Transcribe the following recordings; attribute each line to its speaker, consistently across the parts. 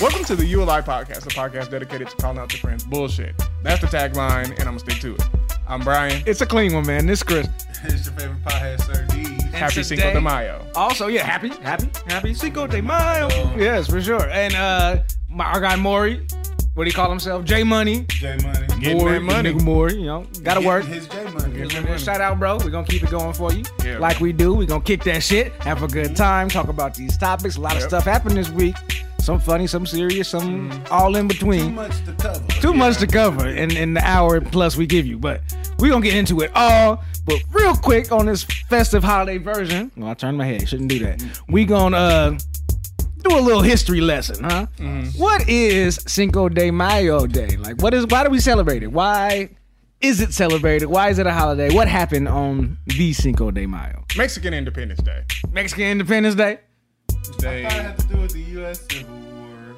Speaker 1: Welcome to the ULI podcast, a podcast dedicated to calling out your friends' bullshit. That's the tagline, and I'm gonna stick to it. I'm Brian. It's a clean one, man. This is Chris.
Speaker 2: It's your favorite pothead, Sir D.
Speaker 1: Happy Cinco de Mayo.
Speaker 3: Also, yeah, happy, happy, happy Cinco de Mayo. Yes, for sure. And uh, my our guy Maury, what do you call himself? J Money.
Speaker 2: J Money.
Speaker 1: Getting
Speaker 3: Maury,
Speaker 1: that money.
Speaker 3: Nigga Maury, you know, gotta
Speaker 2: Get
Speaker 3: work.
Speaker 2: His J Money.
Speaker 1: Get that
Speaker 3: Man, Shout out, bro. We're gonna keep it going for you.
Speaker 1: Yeah.
Speaker 3: Like we do. We're gonna kick that shit, have a good time, talk about these topics. A lot
Speaker 1: Yep.
Speaker 3: of stuff happened this week. Some funny, some serious, some all in
Speaker 2: Too
Speaker 3: between.
Speaker 2: much to cover.
Speaker 3: Too much to cover in, in the hour plus we give you, but we're gonna get into it all. But real quick on this festive holiday version. Well, I turned my head, shouldn't do that. We gonna uh do a little history lesson, huh? What is Cinco de Mayo Day? Like what is why do we celebrate it? Why is it celebrated? Why is it a holiday? What happened on the Cinco de Mayo?
Speaker 1: Mexican Independence Day.
Speaker 3: Mexican Independence Day?
Speaker 2: I thought it had to do with the U.S. Civil War,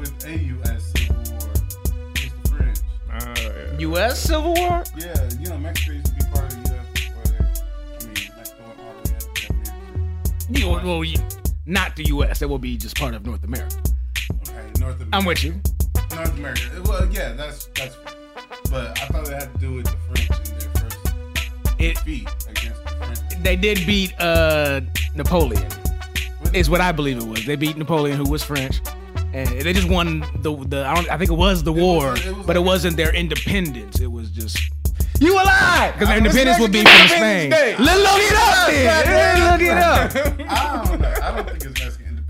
Speaker 2: with a U.S. Civil War. It's the French.
Speaker 1: Uh, yeah.
Speaker 3: US Civil War?
Speaker 2: Yeah, you know, Mexico used to be part of the U.S. before they, I mean, like going all the way up to America.
Speaker 3: You, well, you, not the US. That will be just part of North America.
Speaker 2: Okay, North America.
Speaker 3: I'm with you.
Speaker 2: North America. Well, yeah, that's that's. But I thought it had to do with the French and their first
Speaker 3: It,
Speaker 2: defeat against the French.
Speaker 3: they did beat uh Napoleon.
Speaker 2: What-
Speaker 3: Is what I believe it was. They beat Napoleon, who was French, and they just won the the. I, don't, I think it was the war,
Speaker 2: it was
Speaker 3: but it
Speaker 2: like-
Speaker 3: wasn't their independence. It was just you alive because their
Speaker 1: I'm
Speaker 3: independence would be
Speaker 1: Mexican
Speaker 3: from Spain.
Speaker 1: Independence Day.
Speaker 3: Let look it up, then. Hey, look it up.
Speaker 2: I don't know. I don't think it's Mexican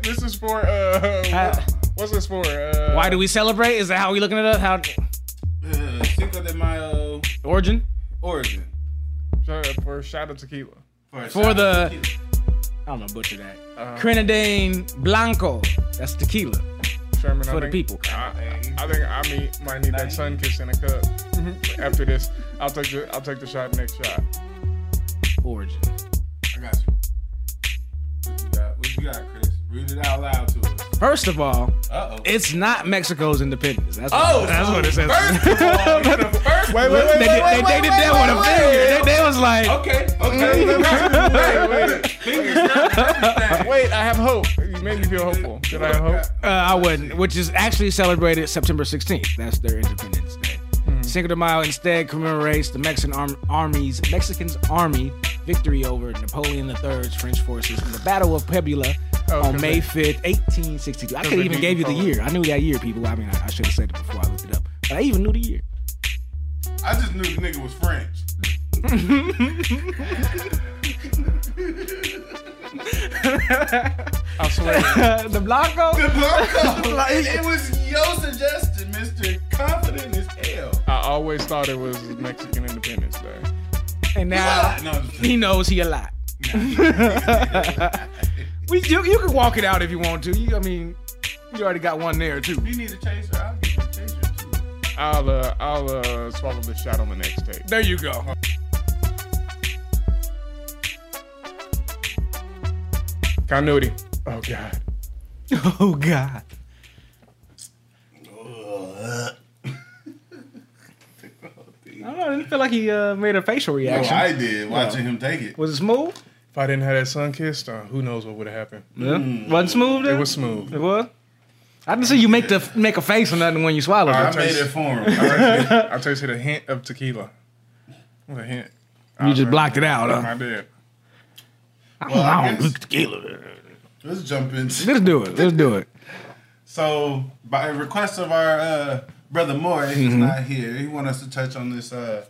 Speaker 1: this is for uh,
Speaker 3: Uh,
Speaker 1: what's this for? Uh,
Speaker 3: Why do we celebrate? Is that how we looking it up? How
Speaker 2: Uh, Cinco de Mayo
Speaker 3: origin?
Speaker 2: origin
Speaker 1: for, for shot of tequila?
Speaker 2: for,
Speaker 3: For the-
Speaker 2: tequila.
Speaker 3: I'm gonna butcher that.
Speaker 1: Uh,
Speaker 3: Grenadine Blanco. That's tequila.
Speaker 1: Sherman, I
Speaker 3: For the
Speaker 1: think-
Speaker 3: people.
Speaker 1: I, I- I think I meet, might need that sun kiss in a cup. After this, I'll take the I'll take the shot next shot.
Speaker 3: Origin.
Speaker 2: I got you. What you got? What you got, Chris? Read it out loud to us.
Speaker 3: First of all,
Speaker 2: Uh oh.
Speaker 3: it's not Mexico's independence. That's what,
Speaker 2: Oh,
Speaker 3: that's what it says.
Speaker 2: First of all, it's the first.
Speaker 1: Wait,
Speaker 3: They
Speaker 1: wait, wait, wait,
Speaker 3: did, they,
Speaker 1: wait,
Speaker 3: they
Speaker 1: wait,
Speaker 3: did that
Speaker 1: wait,
Speaker 3: with a
Speaker 1: wait,
Speaker 3: finger.
Speaker 1: wait.
Speaker 3: They, they was like,
Speaker 2: Okay. Okay.
Speaker 1: Wait, wait.
Speaker 2: Fingers not everything.
Speaker 1: Wait, I have hope. You made me feel hopeful. Did I have hope?
Speaker 3: uh, I wouldn't, which is actually celebrated September 16th. That's their Independence Day.
Speaker 1: Hmm.
Speaker 3: Cinco de Mayo instead commemorates the Mexican arm, Army's Mexican's army victory over Napoleon III's French forces in the Battle of Puebla
Speaker 1: Oh,
Speaker 3: on
Speaker 1: okay.
Speaker 3: May 5th, 1862. I could
Speaker 1: they
Speaker 3: even
Speaker 1: beat
Speaker 3: gave you the
Speaker 1: Napoleon.
Speaker 3: year. I knew that year, people. I mean, I, I should have said it before I looked it up, but I even knew the year.
Speaker 2: I just knew the nigga was French.
Speaker 1: I swear.
Speaker 3: the Blanco.
Speaker 2: Blanco, like, it was your suggestion, Mister Confident as hell.
Speaker 1: I always thought it was Mexican Independence Day.
Speaker 3: And now
Speaker 2: No, I'm just
Speaker 3: he knows he a lot. we you, you can walk it out if you want to. You, I mean, you already got one there too.
Speaker 2: You need a chaser. I'll get you a chaser too.
Speaker 1: I'll uh, I'll uh, swallow the shot on the next take.
Speaker 3: There you go.
Speaker 1: Continuity. Oh God.
Speaker 3: Oh God. I don't know. I didn't feel like he uh, made a facial
Speaker 2: Oh,
Speaker 3: reaction.
Speaker 2: I did watching him take it.
Speaker 3: was it smooth?
Speaker 1: If I didn't have that sun kissed, uh, who knows what would have happened?
Speaker 3: Yeah. Mm. Wasn't smooth.
Speaker 1: It
Speaker 3: then?
Speaker 1: was smooth.
Speaker 3: It was. I didn't see you make the make a face or nothing when you swallowed
Speaker 2: I
Speaker 3: it.
Speaker 2: made it for
Speaker 1: I
Speaker 2: him.
Speaker 1: tasted, I tasted a hint of tequila. What a hint.
Speaker 3: You just blocked it out. Huh?
Speaker 1: I did.
Speaker 3: I
Speaker 2: Well, I
Speaker 3: don't
Speaker 2: guess-
Speaker 3: look tequila.
Speaker 2: Let's jump into.
Speaker 3: Let's do it. Let's do it.
Speaker 2: So, by request of our uh, brother Moore, he's
Speaker 3: Mm-hmm.
Speaker 2: not here. He want us to touch on this uh,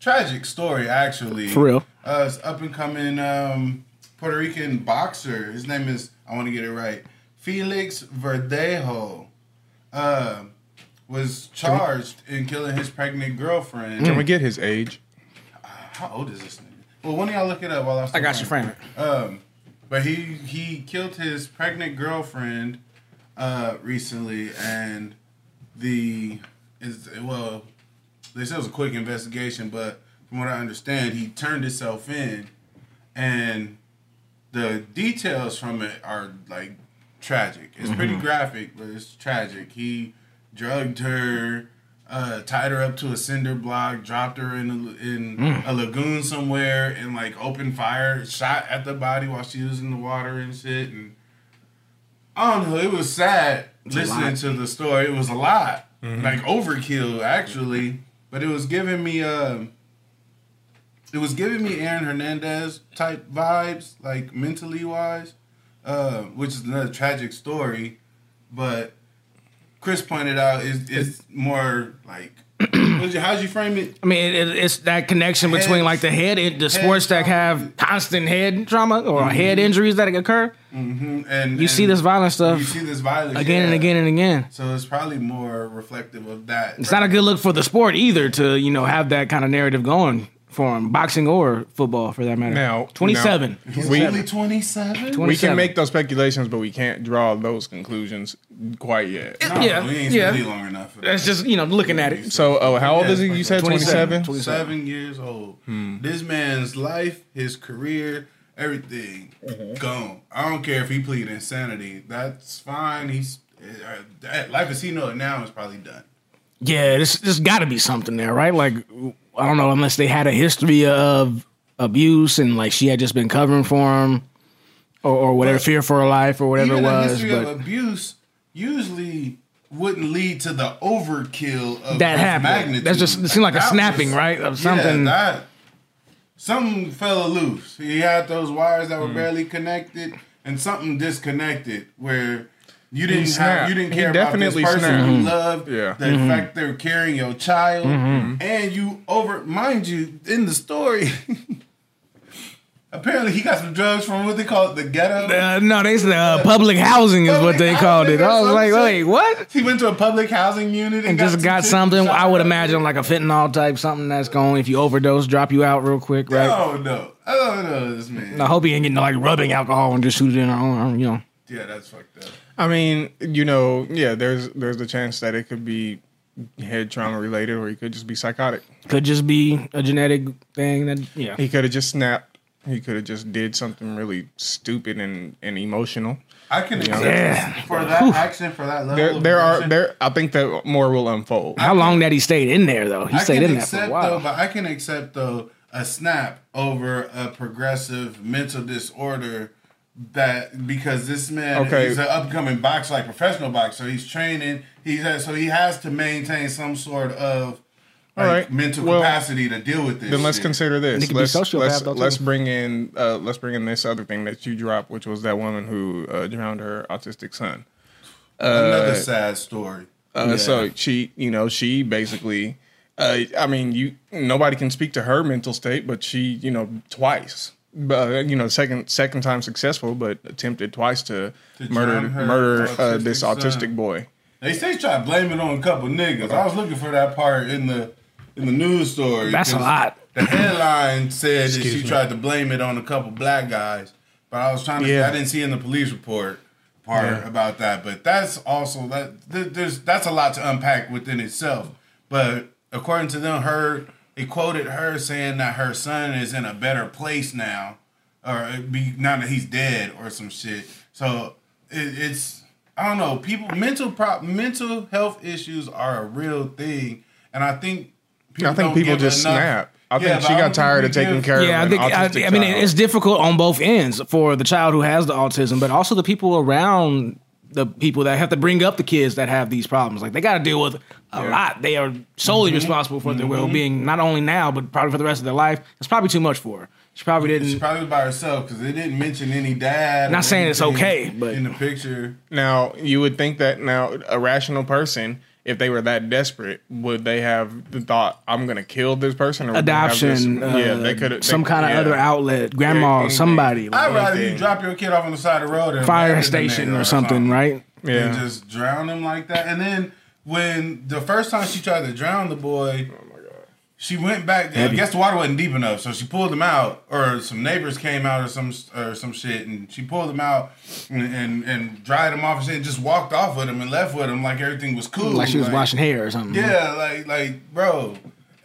Speaker 2: tragic story, actually.
Speaker 3: For real.
Speaker 2: Uh, it's up and coming um, Puerto Rican boxer. His name is, I want to get it right, Felix Verdejo. Uh, was charged in killing his pregnant girlfriend.
Speaker 3: Mm.
Speaker 1: Can we get his age?
Speaker 2: How old is this nigga? Well, one of y'all look it up while I.
Speaker 3: I got you, frame it.
Speaker 2: Um, but he he killed his pregnant girlfriend uh, recently, and the is well, they said it was a quick investigation, but from what I understand, he turned himself in, and the details from it are like tragic. It's pretty graphic, but it's tragic. He drugged her, uh, tied her up to a cinder block, dropped her in a, in a lagoon somewhere, and like opened fire, shot at the body while she was in the water and shit. And I don't know. It was sad listening to the story, it was a lot. Like overkill, actually. But it was giving me um it was giving me Aaron Hernandez type vibes, like mentally wise, uh, which is another tragic story. But Chris pointed out is it's more like what'd you- how'd you frame it?
Speaker 3: I mean, it, it's that connection between
Speaker 2: Head-
Speaker 3: like the head, in- the sports that
Speaker 2: trauma.
Speaker 3: have constant head trauma or head injuries that occur.
Speaker 2: And, and
Speaker 3: You see this violent stuff
Speaker 2: you see this violence
Speaker 3: again and
Speaker 2: yeah.
Speaker 3: again and again.
Speaker 2: So it's probably more reflective of that.
Speaker 3: It's not a good look for the sport either to you know have that kind of narrative going for 'em, boxing or football for that matter.
Speaker 1: Now-
Speaker 3: twenty-seven.
Speaker 1: now-
Speaker 2: He's
Speaker 1: We-
Speaker 2: only twenty seven.
Speaker 1: We can
Speaker 3: 27.
Speaker 1: make those speculations, but we can't draw those conclusions quite yet.
Speaker 3: Yeah,
Speaker 2: we ain't
Speaker 3: yeah.
Speaker 2: really long enough. For
Speaker 3: That's just you know looking at it.
Speaker 1: So, uh, how old is he? You said 27?
Speaker 3: 27. 27.
Speaker 2: seven years old. This man's life, his career, everything gone. I don't care if he plead insanity. That's fine. He's uh, that life as he know it now is probably done.
Speaker 3: Yeah, this there's got to be something there, right? Like I don't know, unless they had a history of abuse and like she had just been covering for him, or, or whatever, fear for her life or whatever
Speaker 2: Even
Speaker 3: it
Speaker 2: a
Speaker 3: was.
Speaker 2: history
Speaker 3: But
Speaker 2: of abuse usually wouldn't lead to the overkill of
Speaker 3: that
Speaker 2: this
Speaker 3: happened.
Speaker 2: Magnitude.
Speaker 3: That's just it seemed like a
Speaker 2: That
Speaker 3: snapping,
Speaker 2: was-
Speaker 3: right? Of
Speaker 2: Yeah,
Speaker 3: something.
Speaker 2: that something fell loose. He had those wires
Speaker 3: Hmm.
Speaker 2: that were barely connected, and something disconnected where you didn't have,
Speaker 1: snapped.
Speaker 2: you didn't
Speaker 1: He
Speaker 2: care about this
Speaker 1: definitely
Speaker 2: person
Speaker 1: snapped.
Speaker 2: you
Speaker 3: Mm-hmm.
Speaker 2: loved.
Speaker 1: Yeah.
Speaker 2: The fact they're carrying your child, and you over mind you in the story. Apparently, he got some drugs from what they call it, the ghetto.
Speaker 3: uh, no, they said uh, public housing is what
Speaker 2: Public
Speaker 3: they called it.
Speaker 2: housing or
Speaker 3: I was like,
Speaker 2: some
Speaker 3: wait,
Speaker 2: shit.
Speaker 3: what?
Speaker 2: He went to a public housing unit and,
Speaker 3: And just got
Speaker 2: some
Speaker 3: something.
Speaker 2: shit shot
Speaker 3: I would
Speaker 2: up.
Speaker 3: imagine like a fentanyl type, something that's going if you overdose, drop you out real quick, right?
Speaker 2: Oh no! Oh no! This man.
Speaker 3: And I hope he ain't getting like rubbing alcohol and just shoot it in her arm, you know.
Speaker 2: Yeah, that's fucked up.
Speaker 1: I mean, you know, yeah, there's there's the chance that it could be head trauma related or he could just be psychotic.
Speaker 3: Could just be a genetic thing that yeah.
Speaker 1: He could have just snapped. He could have just did something really stupid and, and emotional.
Speaker 2: I can accept
Speaker 3: Yeah.
Speaker 2: for that action for that level.
Speaker 1: There
Speaker 2: of
Speaker 1: there are
Speaker 2: aggression.
Speaker 1: there I think that more will unfold.
Speaker 3: How long that he stayed in there though? He
Speaker 2: I
Speaker 3: stayed
Speaker 2: can
Speaker 3: in there for a
Speaker 2: accept
Speaker 3: while.
Speaker 2: though, but I can accept though a snap over a progressive mental disorder that because this man
Speaker 1: Okay.
Speaker 2: is an upcoming boxer, like professional boxer. He's training. He's at, so he has to maintain some sort of like,
Speaker 1: All right.
Speaker 2: mental
Speaker 1: Well,
Speaker 2: capacity to deal with this.
Speaker 1: Then let's
Speaker 2: shit.
Speaker 1: consider
Speaker 3: They
Speaker 1: this.
Speaker 3: could be
Speaker 1: Let's
Speaker 3: sociopath,
Speaker 1: let's,
Speaker 3: though, too.
Speaker 1: let's bring in uh, let's bring in this other thing that you dropped, which was that woman who uh, drowned her autistic son.
Speaker 2: another sad story.
Speaker 1: Uh, So she, you know, she basically, uh, I mean, you nobody can speak to her mental state, but she, you know, twice, uh, you know, second second time successful, but attempted twice to,
Speaker 2: To
Speaker 1: murder
Speaker 2: drown her
Speaker 1: murder uh,
Speaker 2: autistic
Speaker 1: this
Speaker 2: son.
Speaker 1: autistic boy.
Speaker 2: They say try to blame it on a couple niggas. I was looking for that part in the in the news story.
Speaker 3: That's a
Speaker 2: 'cause
Speaker 3: lot.
Speaker 2: The headline said that she
Speaker 4: me.
Speaker 2: tried to blame it on a couple black guys, but I was trying to.
Speaker 1: Yeah.
Speaker 2: I didn't see in the police report part about that. But that's also that th- there's that's a lot to unpack within itself. But according to them, her they quoted her saying that her son is in a better place now, or it be now that he's dead or some shit. So it, it's I don't know. People mental prop mental health issues are a real thing, and I think people
Speaker 1: I think
Speaker 2: don't
Speaker 1: people
Speaker 2: give
Speaker 1: just
Speaker 2: enough-
Speaker 1: snap. I
Speaker 2: Yeah,
Speaker 1: think
Speaker 2: but
Speaker 1: she
Speaker 2: I
Speaker 1: got
Speaker 2: don't
Speaker 1: tired
Speaker 2: think
Speaker 1: of
Speaker 2: we
Speaker 1: taking
Speaker 2: give-
Speaker 1: care
Speaker 3: Yeah, I
Speaker 1: of
Speaker 3: think
Speaker 1: an
Speaker 3: I,
Speaker 1: autistic
Speaker 3: I mean
Speaker 1: child.
Speaker 3: it's difficult on both ends for the child who has the autism, but also the people around the people that have to bring up the kids that have these problems. Like they got to deal with a lot. They are solely responsible for their well being, not only now but probably for the rest of their life. It's probably too much for her. She probably didn't.
Speaker 2: She's probably by herself because they didn't mention any dad.
Speaker 3: Not
Speaker 2: or
Speaker 3: saying it's
Speaker 2: anything
Speaker 3: okay, but-
Speaker 2: in the picture,
Speaker 1: Now, you would think that now a rational person, if they were that desperate, would they have the thought, "I'm going to kill this person"? Or would they have
Speaker 3: adoption,
Speaker 1: this-
Speaker 3: uh,
Speaker 1: yeah, they could
Speaker 3: some kind of other outlet,
Speaker 1: Yeah,
Speaker 3: grandma,
Speaker 1: anything.
Speaker 3: somebody, like
Speaker 2: I'd rather you
Speaker 1: Anything.
Speaker 2: drop your kid off on the side of the road, and
Speaker 3: fire
Speaker 2: abandon the
Speaker 3: station
Speaker 2: nigga
Speaker 3: or something, right?
Speaker 1: Yeah.
Speaker 2: and just drown him like that. And then when the first time she tried to drown the boy,
Speaker 1: Oh
Speaker 2: she went back. I guess the water wasn't deep enough, so she pulled him out, or some neighbors came out, or some or some shit, and she pulled him out and and, and dried him off and shit, and just walked off with him and left with him like everything was cool,
Speaker 3: Like she was washing hair or something.
Speaker 2: Yeah, like like bro,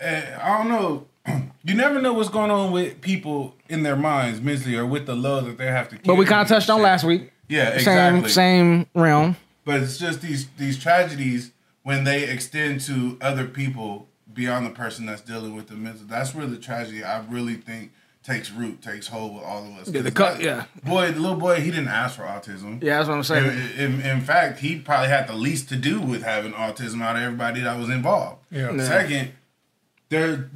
Speaker 2: eh, I don't know. You never know what's going on with people in their minds mentally or with the love that they have to.
Speaker 3: But we kind of touched on last week.
Speaker 2: Yeah,
Speaker 3: Same
Speaker 2: exactly.
Speaker 3: same realm.
Speaker 2: But it's just these these tragedies when they extend to other people beyond the person that's dealing with the mental. That's where the tragedy I really think takes root, takes hold with all of us.
Speaker 3: Yeah, the
Speaker 2: 'Cause,
Speaker 3: cu- yeah.
Speaker 2: Boy, the little boy, he didn't ask for autism.
Speaker 3: Yeah, that's what I'm
Speaker 2: In,
Speaker 3: saying.
Speaker 2: in, in fact, he probably had the least to do with having autism out of everybody that was involved.
Speaker 1: Yeah. Yeah.
Speaker 2: Second, there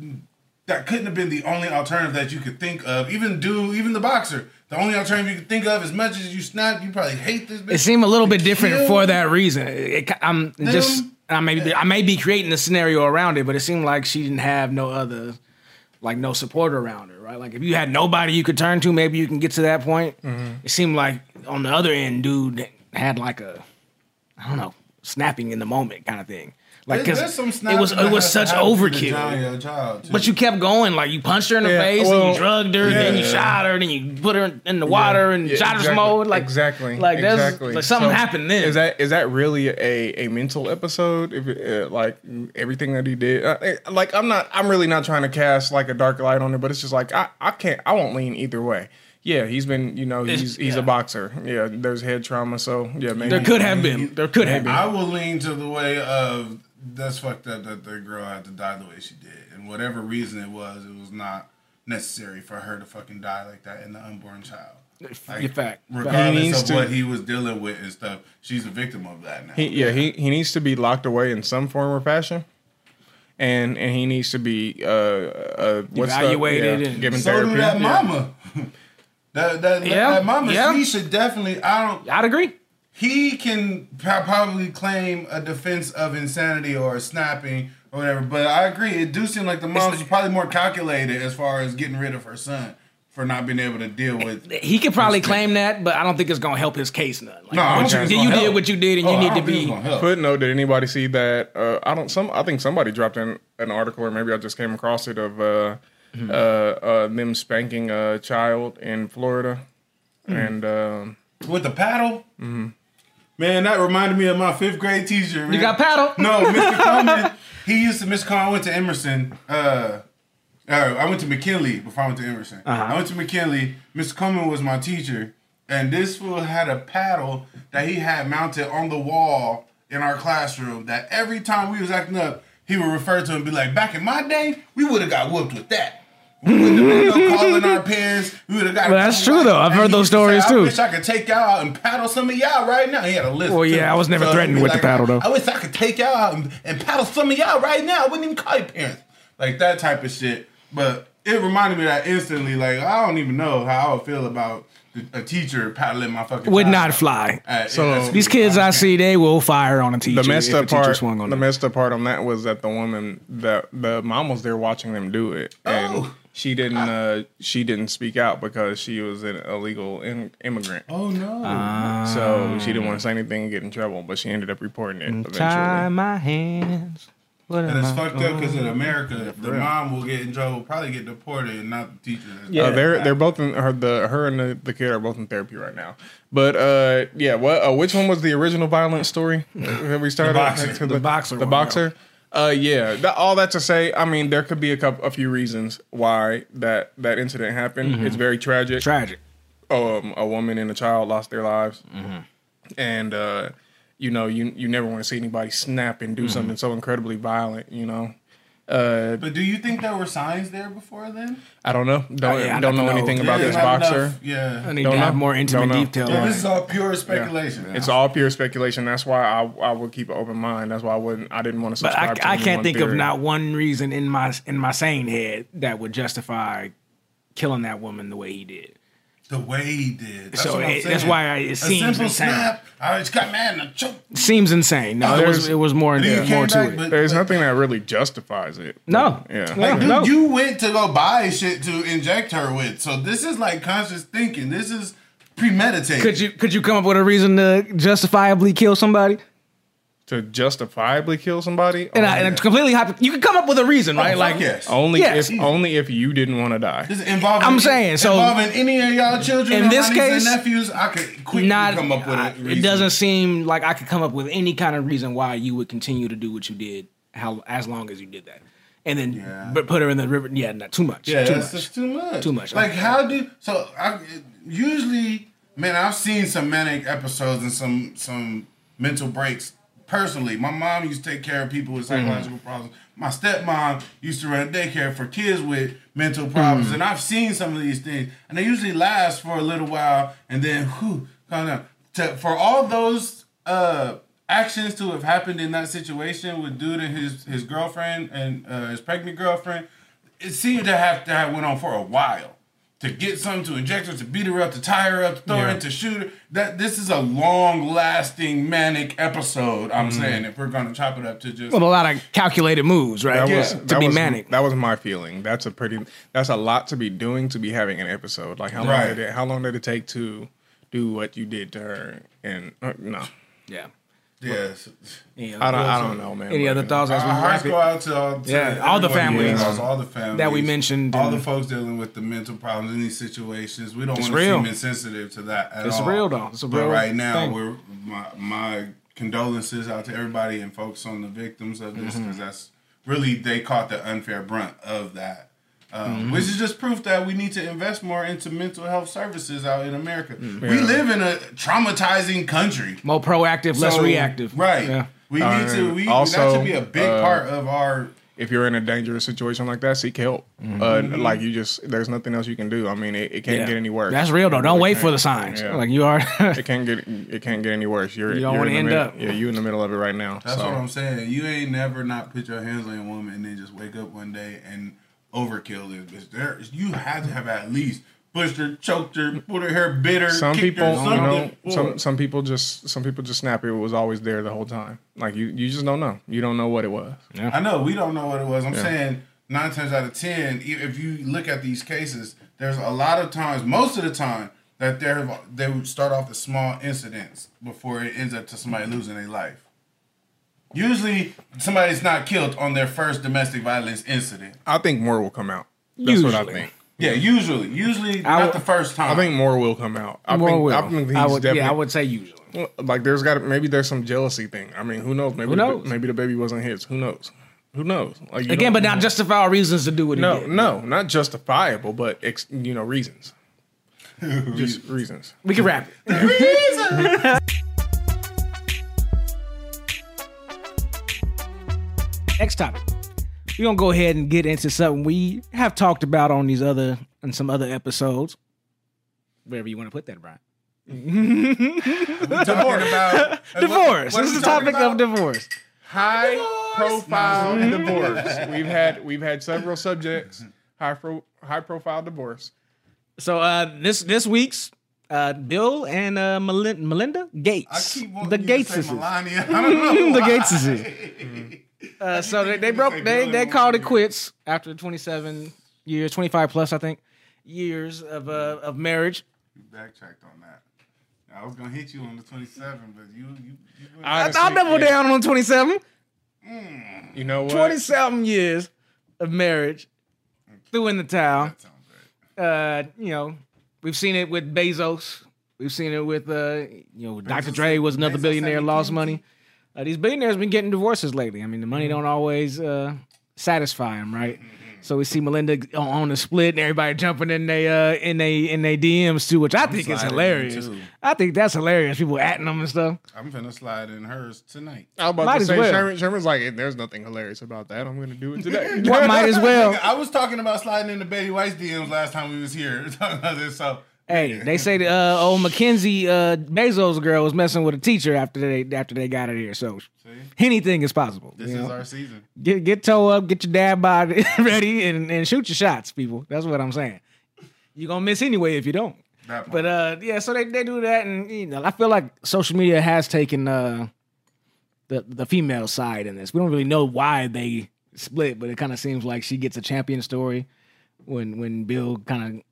Speaker 2: that couldn't have been the only alternative that you could think of. Even do even the boxer, the only alternative you could think of. As much as you snap, you probably hate this. Bitch.
Speaker 3: It seemed a little bit different
Speaker 2: Kill
Speaker 3: for that reason. It, it- I'm just I may be, I may be creating a scenario around it, but it seemed like she didn't have no other like no support around her, right? Like if you had nobody you could turn to, maybe you can get to that point.
Speaker 2: Mm-hmm.
Speaker 3: It seemed like on the other end, dude had like a I don't know snapping in the moment kind of thing. Like
Speaker 2: There-
Speaker 3: because
Speaker 2: there's some
Speaker 3: it was
Speaker 2: snapping that
Speaker 3: it was
Speaker 2: has to
Speaker 3: such
Speaker 2: happen to
Speaker 3: overkill.
Speaker 2: drown your child, too.
Speaker 3: But you kept going, like you punched her in the
Speaker 1: Yeah,
Speaker 3: face, and
Speaker 1: well,
Speaker 3: you drugged her, then you
Speaker 1: yeah.
Speaker 3: shot her, then you put her in the water and
Speaker 1: Yeah,
Speaker 3: shot her
Speaker 1: exactly,
Speaker 3: mode, like
Speaker 1: exactly,
Speaker 3: like that's
Speaker 1: exactly.
Speaker 3: like something
Speaker 1: So,
Speaker 3: happened then.
Speaker 1: Is that is that really a, a mental episode? If it, uh, like everything that he did, uh, eh, like I'm not, I'm really not trying to cast like a dark light on it, but it's just like I, I can't, I won't lean either way. Yeah, he's been, you know, he's he's
Speaker 3: yeah.
Speaker 1: a boxer. Yeah, there's head trauma, so yeah, maybe
Speaker 3: there could have been. There could have been.
Speaker 2: I will lean to the way of that's fucked up that the girl had to die the way she did, and whatever reason it was, it was not necessary for her to fucking die like that in the unborn child.
Speaker 3: In fact,
Speaker 1: He
Speaker 2: regardless
Speaker 1: needs
Speaker 2: of
Speaker 1: to-
Speaker 2: what he was dealing with and stuff, she's a victim of that now.
Speaker 1: He, yeah, he, he needs to be locked away in some form or fashion, and and he needs to be uh, uh what's the-
Speaker 3: Evaluated
Speaker 1: yeah,
Speaker 3: and-
Speaker 1: given
Speaker 2: so
Speaker 1: therapy.
Speaker 2: do that
Speaker 1: Yeah.
Speaker 2: mama. that that,
Speaker 3: Yeah,
Speaker 2: that mama,
Speaker 3: yeah.
Speaker 2: she should definitely. I don't.
Speaker 3: I'd agree.
Speaker 2: he can pro- probably claim a defense of insanity or snapping or whatever. But I agree, it do seem like the mom was probably more calculated as far as getting rid of her son for not being able to deal with.
Speaker 3: He could probably claim that, but I don't think it's gonna help his case none. Like,
Speaker 2: No, I
Speaker 3: what
Speaker 2: don't
Speaker 3: you,
Speaker 2: think it's
Speaker 3: did- you
Speaker 2: gonna
Speaker 3: did
Speaker 2: help.
Speaker 3: what you did, and
Speaker 2: Oh, I
Speaker 3: you need
Speaker 2: don't
Speaker 3: to
Speaker 2: think it's
Speaker 3: be.
Speaker 2: gonna help.
Speaker 1: Footnote: Did anybody see that? Uh, I don't. Some I think somebody dropped in an article, or maybe I just came across it of uh,
Speaker 2: Mm-hmm.
Speaker 1: uh, uh, them spanking a child in Florida,
Speaker 2: Hmm.
Speaker 1: and um,
Speaker 2: with the paddle.
Speaker 1: Mm-hmm.
Speaker 2: Man, that reminded me of my fifth grade teacher.
Speaker 3: You
Speaker 2: man.
Speaker 3: got paddle.
Speaker 2: No, Mr. Coleman. He used to Miss Coleman. I went to Emerson. Uh, uh, I went to McKinley before I went to Emerson.
Speaker 3: Uh-huh.
Speaker 2: I went to McKinley. Mr. Coleman was my teacher, and this fool had a paddle that he had mounted on the wall in our classroom. That every time we was acting up, he would refer to it and be like, "Back in my day, we would have got whooped with that." We wouldn't have been up calling our parents. We would have got.
Speaker 3: Well, that's true, though. I've
Speaker 2: And
Speaker 3: heard
Speaker 2: he
Speaker 3: those
Speaker 2: used to say,
Speaker 3: stories,
Speaker 2: "I
Speaker 3: too."
Speaker 2: wish I could take y'all out and paddle some of y'all right now. He had a list.
Speaker 3: Well, yeah,
Speaker 2: too.
Speaker 3: I was never
Speaker 2: it'd
Speaker 3: threatened
Speaker 2: be
Speaker 3: with the paddle, though.
Speaker 2: I wish I could take y'all out and, and paddle some of y'all right now. I wouldn't even call your parents. Like that type of shit. But it reminded me of that instantly. Like, I don't even know how I would feel about the- a teacher paddling my fucking
Speaker 3: Would
Speaker 2: child.
Speaker 3: not fly.
Speaker 2: At-
Speaker 1: So-
Speaker 2: at school.
Speaker 3: These kids I see, they will fire on a teacher.
Speaker 1: the messed
Speaker 3: if
Speaker 1: up
Speaker 3: a teacher
Speaker 1: part.
Speaker 3: swung on
Speaker 1: The
Speaker 3: them.
Speaker 1: messed up part on that was that the woman that the mom was there watching them do it, and
Speaker 2: Oh.
Speaker 1: she didn't uh, she didn't speak out because she was an illegal in, immigrant.
Speaker 2: Oh no.
Speaker 1: Uh, So she didn't want to say anything and get in trouble, but she ended up reporting
Speaker 2: Mm,
Speaker 1: it eventually.
Speaker 3: Tie my hands. What
Speaker 2: and
Speaker 3: am
Speaker 2: it's
Speaker 3: I
Speaker 2: fucked up because in
Speaker 1: uh,
Speaker 3: doing?
Speaker 2: America, the mom will get in trouble, probably get deported, and not the teacher.
Speaker 1: Uh, they're they're both in her the her and the, the kid are both in therapy right now. But uh, yeah, what uh, which one was the original violent story that we started?
Speaker 2: The boxer.
Speaker 1: To
Speaker 3: The boxer
Speaker 1: The
Speaker 3: one,
Speaker 1: boxer. Uh, yeah. That, all that to say, I mean, there could be a couple, a few reasons why that that incident happened.
Speaker 3: Mm-hmm.
Speaker 1: It's very tragic.
Speaker 3: Tragic.
Speaker 1: um, a woman and a child lost their lives,
Speaker 3: Mm-hmm.
Speaker 1: and uh, you know, you you never want to see anybody snap and do
Speaker 3: Mm-hmm.
Speaker 1: something so incredibly violent. You know,
Speaker 2: But do you think there were signs there before then?
Speaker 1: I don't know. Don't
Speaker 3: Oh, yeah, I
Speaker 1: don't
Speaker 3: don't
Speaker 1: know
Speaker 3: know.
Speaker 1: anything about
Speaker 2: Yeah,
Speaker 1: this
Speaker 2: not
Speaker 1: boxer.
Speaker 2: enough. Yeah.
Speaker 3: I need
Speaker 1: Don't
Speaker 3: to have
Speaker 1: know.
Speaker 3: more intimate
Speaker 1: Don't know.
Speaker 3: detail.
Speaker 2: Yeah,
Speaker 3: on
Speaker 2: this
Speaker 3: it.
Speaker 2: is all pure speculation.
Speaker 1: It's all pure speculation. That's why I, I would keep an open mind. That's why I wouldn't. I didn't want to
Speaker 3: But I,
Speaker 1: subscribe. to
Speaker 3: I
Speaker 1: any
Speaker 3: can't
Speaker 1: one
Speaker 3: think of
Speaker 1: theory.
Speaker 3: not one reason in my in my sane head that would justify killing that woman the way he did.
Speaker 2: The way he did. That's
Speaker 3: So
Speaker 2: what I'm
Speaker 3: it-
Speaker 2: saying.
Speaker 3: that's why I- it seems
Speaker 2: a simple
Speaker 3: insane.
Speaker 2: snap. I just got mad and I choked.
Speaker 3: Seems insane. No, it was
Speaker 1: There's-
Speaker 3: it was more
Speaker 2: And then you
Speaker 3: more
Speaker 2: came
Speaker 3: to
Speaker 2: back,
Speaker 3: it.
Speaker 2: but-
Speaker 1: There's
Speaker 2: but-
Speaker 1: nothing that really justifies it.
Speaker 3: No.
Speaker 1: Yeah.
Speaker 3: Like,
Speaker 2: Like, dude,
Speaker 3: no.
Speaker 2: you went to go buy shit to inject her with. So this is like conscious thinking. This is premeditated.
Speaker 3: Could you could you come up with a reason to justifiably kill somebody?
Speaker 1: To justifiably kill somebody,
Speaker 3: And,
Speaker 1: only,
Speaker 3: I, and it's completely hypo- you could come up with a reason, right?
Speaker 2: Oh, Fuck
Speaker 3: like
Speaker 2: yes.
Speaker 1: only
Speaker 3: Yes.
Speaker 1: if only if you didn't want to die.
Speaker 2: This is involving
Speaker 3: I'm saying, so-
Speaker 2: involving any of y'all children
Speaker 3: In
Speaker 2: or
Speaker 3: this
Speaker 2: my nieces
Speaker 3: case,
Speaker 2: and nephews, I could quickly
Speaker 3: not
Speaker 2: come up with
Speaker 3: I-
Speaker 2: a reason.
Speaker 3: it doesn't seem like I could come up with any kind of reason why you would continue to do what you did how as long as you did that. And then
Speaker 2: Yeah.
Speaker 3: but put her in the river. Yeah, not too much.
Speaker 2: Yeah,
Speaker 3: too
Speaker 2: that's
Speaker 3: much.
Speaker 2: just too much.
Speaker 3: Too much.
Speaker 2: Like, how do so? I usually, man, I've seen some manic episodes and some some mental breaks personally. My mom used to take care of people with
Speaker 3: Mm-hmm.
Speaker 2: psychological problems. My stepmom used to run a daycare for kids with mental problems.
Speaker 3: Mm-hmm.
Speaker 2: And I've seen some of these things, and they usually last for a little while, and then whew, calm down. To, for all those uh, actions to have happened in that situation with dude and his his girlfriend and uh, his pregnant girlfriend, it seemed to have to have went on for a while. To get something to inject her, to beat her up, to tie her up, to throw her
Speaker 1: Yeah.
Speaker 2: in, to shoot her. That this is a long lasting manic episode. I'm saying if we're gonna chop it up to just
Speaker 3: With a lot of calculated moves, right?
Speaker 1: That was,
Speaker 3: to
Speaker 1: that
Speaker 3: be
Speaker 1: was,
Speaker 3: manic.
Speaker 1: That was my feeling. That's a pretty. That's a lot to be doing to be having an episode. Like how long
Speaker 2: Right.
Speaker 1: did it? How long did it take to do what you did to her? And uh, no,
Speaker 3: yeah.
Speaker 2: yes.
Speaker 1: I don't. I don't know, man. uh,
Speaker 3: Any
Speaker 1: But,
Speaker 3: other
Speaker 1: you know,
Speaker 3: thoughts as we
Speaker 2: Our hearts
Speaker 3: wrap
Speaker 2: go
Speaker 3: it?
Speaker 2: out to all, to
Speaker 3: Yeah, all the
Speaker 2: everyone who
Speaker 1: families
Speaker 2: knows, all the families
Speaker 3: that we mentioned
Speaker 2: all
Speaker 3: and-
Speaker 2: the folks dealing with the mental problems in these situations. We don't
Speaker 3: It's
Speaker 2: want to
Speaker 3: real.
Speaker 2: seem insensitive to that at
Speaker 3: It's
Speaker 2: all.
Speaker 3: real, though. It's a
Speaker 2: but
Speaker 3: real
Speaker 2: right now,
Speaker 3: thing.
Speaker 2: we're my, my condolences out to everybody and folks on the victims of this because
Speaker 3: Mm-hmm.
Speaker 2: that's really they caught the unfair brunt of that. Um,
Speaker 3: Mm-hmm.
Speaker 2: Which is just proof that we need to invest more into mental health services out in America.
Speaker 3: Mm-hmm.
Speaker 2: We live in a traumatizing country.
Speaker 3: More proactive, less
Speaker 2: So,
Speaker 3: reactive.
Speaker 2: Right.
Speaker 3: Yeah.
Speaker 2: We
Speaker 1: Uh,
Speaker 2: need to. We that
Speaker 1: also,
Speaker 2: should be a big
Speaker 1: uh,
Speaker 2: part of our.
Speaker 1: If you're in a dangerous situation like that, seek help. Uh, like you just, there's nothing else you can do. I mean, it, it can't
Speaker 3: Mm-hmm. Yeah.
Speaker 1: get any worse.
Speaker 3: That's real though.
Speaker 1: It
Speaker 3: Don't
Speaker 1: really
Speaker 3: wait for
Speaker 1: can't.
Speaker 3: the signs.
Speaker 1: Yeah.
Speaker 3: Like you are.
Speaker 1: It can't get. It can't get any worse. You're.
Speaker 3: You don't
Speaker 1: are
Speaker 3: wanna end up.
Speaker 1: Yeah, you in the middle of it right now.
Speaker 2: That's
Speaker 1: so.
Speaker 2: what I'm saying. You ain't never not put your hands on a woman and then just wake up one day and overkill this bitch. There, you have to have at least pushed her, choked her, put her hair bitter.
Speaker 1: some
Speaker 2: kicked
Speaker 1: people,
Speaker 2: her,
Speaker 1: you know,
Speaker 2: something.
Speaker 1: some some people just some people just snap. It was always there the whole time. Like you, you just don't know. You don't know what it was.
Speaker 2: I know we don't know what it was. I'm saying nine times out of ten, e- if you look at these cases, there's a lot of times, most of the time, that there have, they would start off as small incidents before it ends up to somebody losing their life. Usually, somebody's not killed on their first domestic violence incident.
Speaker 1: I think more will come out. That's what I
Speaker 3: Usually.
Speaker 1: think.
Speaker 2: Yeah, usually, usually not
Speaker 3: would-
Speaker 2: the first time.
Speaker 1: I think more will come out. I
Speaker 3: More
Speaker 1: think,
Speaker 3: will.
Speaker 1: I think he's
Speaker 3: I would,
Speaker 1: definitely
Speaker 3: yeah, I would say usually.
Speaker 1: like there's got maybe there's some jealousy thing. I mean, who knows? Maybe the-
Speaker 3: knows?
Speaker 1: maybe the baby wasn't his. Who knows? Who knows? Like you
Speaker 3: Again,
Speaker 1: don't-
Speaker 3: but not justifiable reasons to do what he
Speaker 1: no,
Speaker 3: did.
Speaker 1: no, not justifiable, but ex, you know reasons. just reasons.
Speaker 3: We can wrap it. Next topic. We're gonna go ahead and get into something we have talked about on these other and some other episodes. Wherever you want to put that, Brian.
Speaker 2: talking about
Speaker 3: Divorce.
Speaker 2: what are
Speaker 3: this
Speaker 2: we
Speaker 3: is the
Speaker 2: talking
Speaker 3: topic of
Speaker 2: about?
Speaker 3: divorce.
Speaker 1: High profile divorce. We've had we've had several subjects. High pro, high profile divorce.
Speaker 3: So uh this this week's uh Bill and uh Melin- Melinda
Speaker 2: I
Speaker 3: Gates.
Speaker 2: keep wanting
Speaker 3: The
Speaker 2: you
Speaker 3: Gates
Speaker 2: to
Speaker 3: is
Speaker 2: say Melania. I don't know
Speaker 3: the Gates is
Speaker 2: why.
Speaker 3: Uh, so they, they
Speaker 2: you say
Speaker 3: broke they
Speaker 2: Bill
Speaker 3: they
Speaker 2: and
Speaker 3: called it
Speaker 2: Melinda.
Speaker 3: quits after 27 years, 25 plus I think, years of uh, of marriage.
Speaker 2: You backtracked on that. I was gonna hit you on the 27, but you you, you went-
Speaker 3: I, I'll double
Speaker 1: yeah.
Speaker 3: down on 27,
Speaker 1: You know what?
Speaker 3: 20 something years of marriage. Threw in the towel.
Speaker 2: that sounds right.
Speaker 3: Uh, you know, we've seen it with Bezos. We've seen it with uh, you know, Dr. Dre was another
Speaker 2: Bezos
Speaker 3: billionaire,
Speaker 2: had the
Speaker 3: lost
Speaker 2: king.
Speaker 3: money. Uh, these billionaires been getting divorces lately. I mean, the
Speaker 2: Mm-hmm.
Speaker 3: money don't always uh, satisfy them, right? So we see Melinda on- on the split and everybody jumping in they uh in they in they DMs too, which I think is
Speaker 2: sliding in
Speaker 3: hilarious.
Speaker 2: too.
Speaker 3: I think that's hilarious. People atting them and stuff.
Speaker 2: I'm finna slide in hers tonight.
Speaker 1: I was about
Speaker 3: Might
Speaker 1: to
Speaker 3: as
Speaker 1: say
Speaker 3: well.
Speaker 1: Sherman, Sherman's like, there's nothing hilarious about that. I'm going to do it today.
Speaker 3: What might as well.
Speaker 2: I was talking about sliding into Betty White's DMs last time we was here talking about this. So
Speaker 3: Hey, they say that uh, old Mackenzie uh, Bezos girl was messing with a teacher after they after they got her here. So
Speaker 2: see,
Speaker 3: anything is possible.
Speaker 2: this
Speaker 3: you know?
Speaker 2: is our season.
Speaker 3: Get get toe up, get your dad body ready, and, and shoot your shots, people. That's what I'm saying. You're gonna miss anyway if you don't.
Speaker 2: That
Speaker 3: But uh yeah, so they, they do that and you know, I feel like social media has taken uh the the female side in this. We don't really know why they split, but it kind of seems like she gets a champion story when when Bill kind of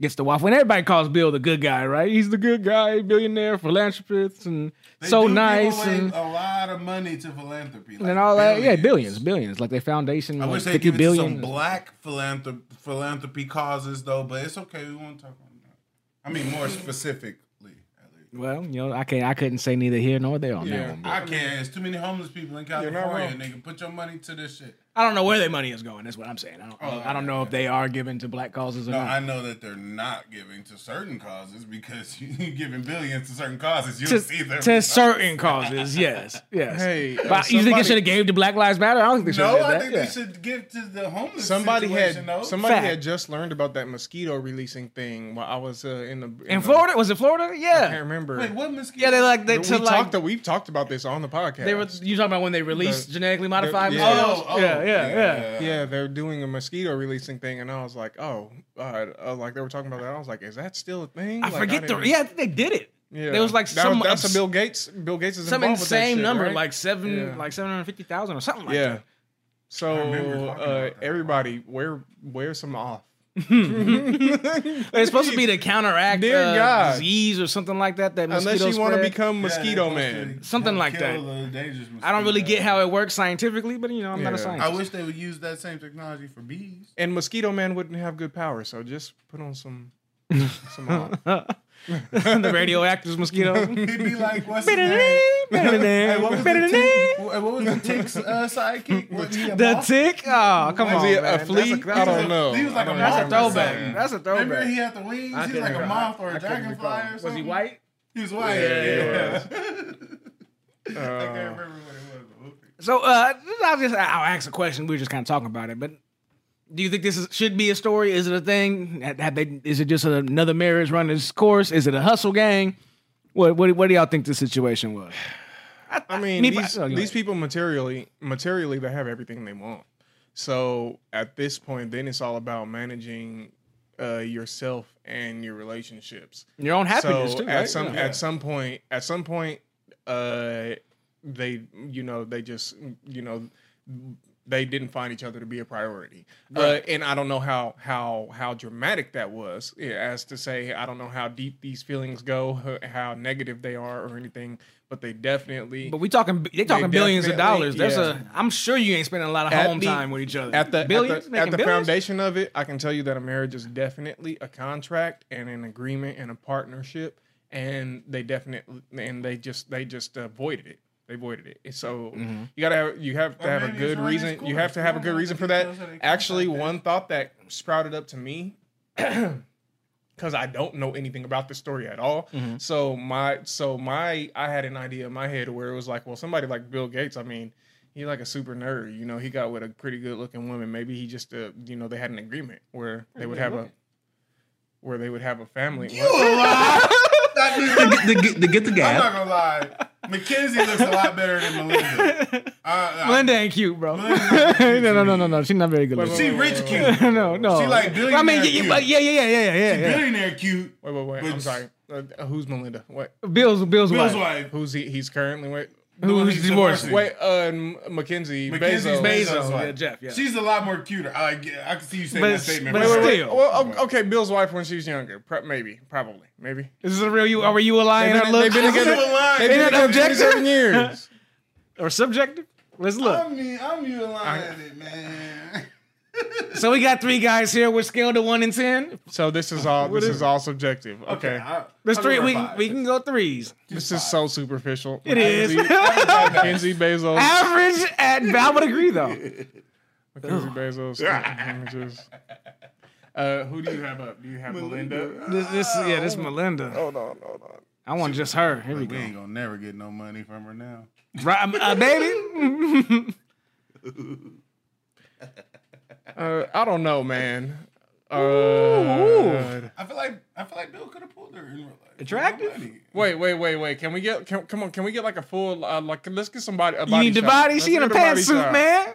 Speaker 3: gets the waffle. When everybody calls Bill the good guy, right? He's the good guy, billionaire, philanthropist, and
Speaker 2: They do
Speaker 3: so
Speaker 2: give
Speaker 3: nice
Speaker 2: away
Speaker 3: and,
Speaker 2: a lot of money to philanthropy like
Speaker 3: and all that. Yeah,
Speaker 2: billions.
Speaker 3: billions, billions. Like their foundation,
Speaker 2: I
Speaker 3: like
Speaker 2: wish they
Speaker 3: fifty
Speaker 2: give it to some
Speaker 3: billion.
Speaker 2: black philanthrop- philanthropy causes though, but it's okay. We won't talk on that. I mean, more specifically. at least.
Speaker 3: Well, you know, I can't. I couldn't say neither here nor there on that one. but-
Speaker 2: I can't. It's too many homeless people in
Speaker 1: not
Speaker 2: California.
Speaker 1: wrong.
Speaker 2: Nigga, put your money to this shit.
Speaker 3: I don't know where their money is going. That's what I'm saying. I don't.
Speaker 1: Oh,
Speaker 3: I don't know if they are given to black causes or
Speaker 2: No,
Speaker 3: not.
Speaker 2: I know that they're not giving to certain causes because you giving billions to certain causes, you'll
Speaker 3: to,
Speaker 2: see them.
Speaker 3: to certain causes, yes, yes.
Speaker 1: Hey, uh,
Speaker 3: but you think
Speaker 1: somebody-
Speaker 3: it should have gave to Black Lives Matter? I don't think they should have did
Speaker 2: No,
Speaker 3: that.
Speaker 2: I think
Speaker 3: yeah.
Speaker 2: they should give to the homeless.
Speaker 1: Somebody
Speaker 2: situation,
Speaker 1: had
Speaker 2: though.
Speaker 1: somebody
Speaker 3: Fact.
Speaker 1: had just learned about that mosquito releasing thing while I was uh, in the in,
Speaker 3: In
Speaker 1: the-
Speaker 3: Florida, was it Florida?
Speaker 1: I can't
Speaker 3: Yeah,
Speaker 1: remember.
Speaker 2: Wait, what mosquito?
Speaker 3: yeah. They like they
Speaker 1: we
Speaker 3: to like
Speaker 1: talked. we've talked about this on the podcast.
Speaker 3: they were. You talking about when they released
Speaker 1: The-
Speaker 3: genetically modified?
Speaker 1: yeah.
Speaker 3: mosquitoes?
Speaker 2: Oh, oh,
Speaker 3: yeah, yeah, yeah.
Speaker 1: yeah, they're doing a mosquito releasing thing, and I was like, oh, uh, uh, like they were talking about that. I was like, is that still a thing?
Speaker 3: I
Speaker 1: Like,
Speaker 3: forget the.
Speaker 1: didn't-
Speaker 3: Yeah, I think they did it.
Speaker 1: yeah.
Speaker 3: There was like
Speaker 1: That
Speaker 3: some
Speaker 1: that's
Speaker 3: obs-
Speaker 1: a Bill Gates. Bill Gates is
Speaker 3: Some
Speaker 1: involved with that
Speaker 3: insane
Speaker 1: shit,
Speaker 3: number,
Speaker 1: right?
Speaker 3: like seven,
Speaker 1: Yeah.
Speaker 3: like seven hundred fifty thousand or something like
Speaker 1: yeah.
Speaker 3: that.
Speaker 2: remember
Speaker 1: so
Speaker 2: talking about
Speaker 1: uh,
Speaker 2: that.
Speaker 1: everybody, wear wear some off.
Speaker 3: It's supposed to be to counteract
Speaker 1: Dear
Speaker 3: uh,
Speaker 1: God.
Speaker 3: disease or something like that. That
Speaker 1: Unless you
Speaker 3: want to
Speaker 1: become
Speaker 2: Yeah, they're
Speaker 1: mosquito
Speaker 2: supposed
Speaker 1: man.
Speaker 2: to
Speaker 3: Something like
Speaker 2: kill
Speaker 3: that.
Speaker 2: the dangerous
Speaker 3: I don't really
Speaker 2: mosquito.
Speaker 3: get how it works scientifically, but you know, I'm not a
Speaker 1: Yeah.
Speaker 3: scientist.
Speaker 2: I wish they would use that same technology for bees.
Speaker 1: And mosquito man wouldn't have good power, so just put on some some off.
Speaker 3: the radioactive mosquito.
Speaker 2: He'd be like, "What's his name? Hey, what was the tick? What what was the tick's uh, sidekick? Wasn't he a
Speaker 3: The
Speaker 2: moth?
Speaker 3: tick? Oh, come
Speaker 1: Was
Speaker 3: on.
Speaker 1: he a- a
Speaker 3: man. That's
Speaker 1: flea?
Speaker 3: that's
Speaker 1: I don't
Speaker 3: a-
Speaker 1: know.
Speaker 2: He was like
Speaker 1: I
Speaker 2: a
Speaker 1: don't
Speaker 2: moth
Speaker 3: That's
Speaker 2: or
Speaker 3: a
Speaker 2: something.
Speaker 3: throwback. That's a
Speaker 2: Remember,
Speaker 3: throwback.
Speaker 2: he had the wings.
Speaker 3: I
Speaker 2: He was
Speaker 3: couldn't
Speaker 2: like a
Speaker 3: recall.
Speaker 2: moth or
Speaker 3: I
Speaker 2: a
Speaker 3: couldn't
Speaker 2: dragonfly
Speaker 3: recall.
Speaker 2: or something.
Speaker 3: Was he white?
Speaker 2: He was white.
Speaker 1: Yeah,
Speaker 2: Yeah,
Speaker 1: he
Speaker 2: I
Speaker 1: Uh,
Speaker 2: can't remember what it was. but okay.
Speaker 3: So uh, I'll just I'll ask a question. We were just kind of talking about it, but do you think this is, should be a story? Is it a thing? Have have they? Is it just another marriage running its course? Is it a hustle gang? What what, what do y'all think the situation was?
Speaker 1: I mean,
Speaker 3: Me-
Speaker 1: these,
Speaker 3: oh, you
Speaker 1: these
Speaker 3: like-
Speaker 1: people materially materially they have everything they want. So at this point, then it's all about managing uh, yourself and your relationships.
Speaker 3: Your own happiness
Speaker 1: so
Speaker 3: too,
Speaker 1: at
Speaker 3: right?
Speaker 1: some
Speaker 3: Yeah.
Speaker 1: at some point at some point uh they you know they just you know they didn't find each other to be a priority uh, and i don't know how how how dramatic that was yeah, as to say i don't know how deep these feelings go h- how negative they are or anything but they definitely
Speaker 3: But we talking they talking billions of
Speaker 1: definitely-
Speaker 3: dollars. There's
Speaker 1: yeah.
Speaker 3: a I'm sure you ain't spending a lot of
Speaker 1: At
Speaker 3: home
Speaker 1: the-
Speaker 3: time with each other.
Speaker 1: at the, at the,
Speaker 3: billions
Speaker 1: at
Speaker 3: Making
Speaker 1: the
Speaker 3: billions?
Speaker 1: foundation of it, I can tell you that a marriage is definitely a contract and an agreement and a partnership, and they definitely and they just they just uh, voided it. They voided it. And So
Speaker 3: Mm-hmm.
Speaker 1: you gotta have you have to
Speaker 2: Or
Speaker 1: have a
Speaker 2: maybe
Speaker 1: good
Speaker 2: it's running
Speaker 1: reason.
Speaker 2: its
Speaker 1: You have
Speaker 2: course.
Speaker 1: to have a
Speaker 2: Yeah,
Speaker 1: good reason for
Speaker 2: those are the
Speaker 1: that.
Speaker 2: contract
Speaker 1: Actually,
Speaker 2: days.
Speaker 1: one thought that sprouted up to me because I don't know anything about this story at all. So my so my I had an idea in my head where it was like, well, somebody like Bill Gates, I mean, he like a super nerd, you know, he got with a pretty good looking woman. Maybe he just uh, you know, they had an agreement where they would have a where they would have a family.
Speaker 2: You a lie. That dude-
Speaker 4: to, get, to get the
Speaker 2: I'm
Speaker 4: gas.
Speaker 2: not gonna lie. Mackenzie looks a lot better than Melinda. Uh,
Speaker 3: Linda ain't cute, bro.
Speaker 2: Melinda's not
Speaker 3: no, no, no, no, no. She's not very good.
Speaker 1: Wait,
Speaker 3: looking.
Speaker 2: She rich cute.
Speaker 3: no, no.
Speaker 2: She like
Speaker 3: I mean,
Speaker 2: billionaire
Speaker 3: yeah,
Speaker 2: cute.
Speaker 3: yeah, yeah, yeah, yeah, yeah, yeah.
Speaker 2: Billionaire cute.
Speaker 1: Wait, wait, wait. I'm
Speaker 2: But-
Speaker 1: sorry. Uh, who's Melinda? What?
Speaker 3: Bill's Bill's,
Speaker 2: Bill's
Speaker 3: wife.
Speaker 2: wife.
Speaker 1: Who's he? He's currently with.
Speaker 2: the one
Speaker 3: Who's
Speaker 2: he's
Speaker 3: divorced?
Speaker 2: divorcing.
Speaker 1: Wait, uh, Mackenzie,
Speaker 2: Mackenzie
Speaker 1: Bezos.
Speaker 3: Bezos.
Speaker 2: wife.
Speaker 3: yeah, Jeff, yeah.
Speaker 2: She's a lot more cuter. I, get- I can see you saying
Speaker 3: But
Speaker 2: that
Speaker 3: it's-
Speaker 2: statement.
Speaker 3: but
Speaker 2: right
Speaker 3: it's
Speaker 2: now.
Speaker 3: still-
Speaker 1: Well, o- okay, Bill's wife when she was younger, Pro- maybe, probably, maybe.
Speaker 3: Is this a real you? Are we you a lion?
Speaker 1: They've been-
Speaker 3: look?
Speaker 1: they've been
Speaker 2: You
Speaker 1: together-
Speaker 2: a liar.
Speaker 1: They've been
Speaker 3: Ain't
Speaker 1: together
Speaker 3: that objective?
Speaker 1: 27 years.
Speaker 3: or subjective? Let's look.
Speaker 2: I mean, I'm you lying it, man.
Speaker 3: So we got three guys here. We're scaled to one in ten.
Speaker 1: So this is all this is, all subjective. Okay.
Speaker 2: I-
Speaker 3: There's
Speaker 2: I'll
Speaker 3: three.
Speaker 2: give her
Speaker 3: We
Speaker 2: five.
Speaker 3: we can go threes.
Speaker 1: this is so superficial.
Speaker 3: It is.
Speaker 1: Mackenzie Bezos.
Speaker 3: Average at I would agree though.
Speaker 1: Mackenzie Bezos. Let me just- Uh, who do you have up? Do you have Melinda?
Speaker 3: This, this yeah, this Melinda.
Speaker 1: Hold on, hold on.
Speaker 3: I want just her. Here we
Speaker 2: We
Speaker 3: go.
Speaker 2: ain't gonna never get no money from her now.
Speaker 3: Right, uh, baby.
Speaker 1: Uh, I don't know, man. Uh,
Speaker 2: I feel like I feel like Bill could have pulled her in real life.
Speaker 3: Attractive?
Speaker 2: No money.
Speaker 1: Wait, wait, wait, wait. Can we get? Can, come on. Can we get like a full? Uh, like, let's get somebody. A
Speaker 3: You
Speaker 1: body
Speaker 3: need the
Speaker 1: shot.
Speaker 3: body.
Speaker 1: Let's
Speaker 3: She in
Speaker 1: get
Speaker 3: a
Speaker 1: body
Speaker 3: pantsuit,
Speaker 1: shot.
Speaker 3: man.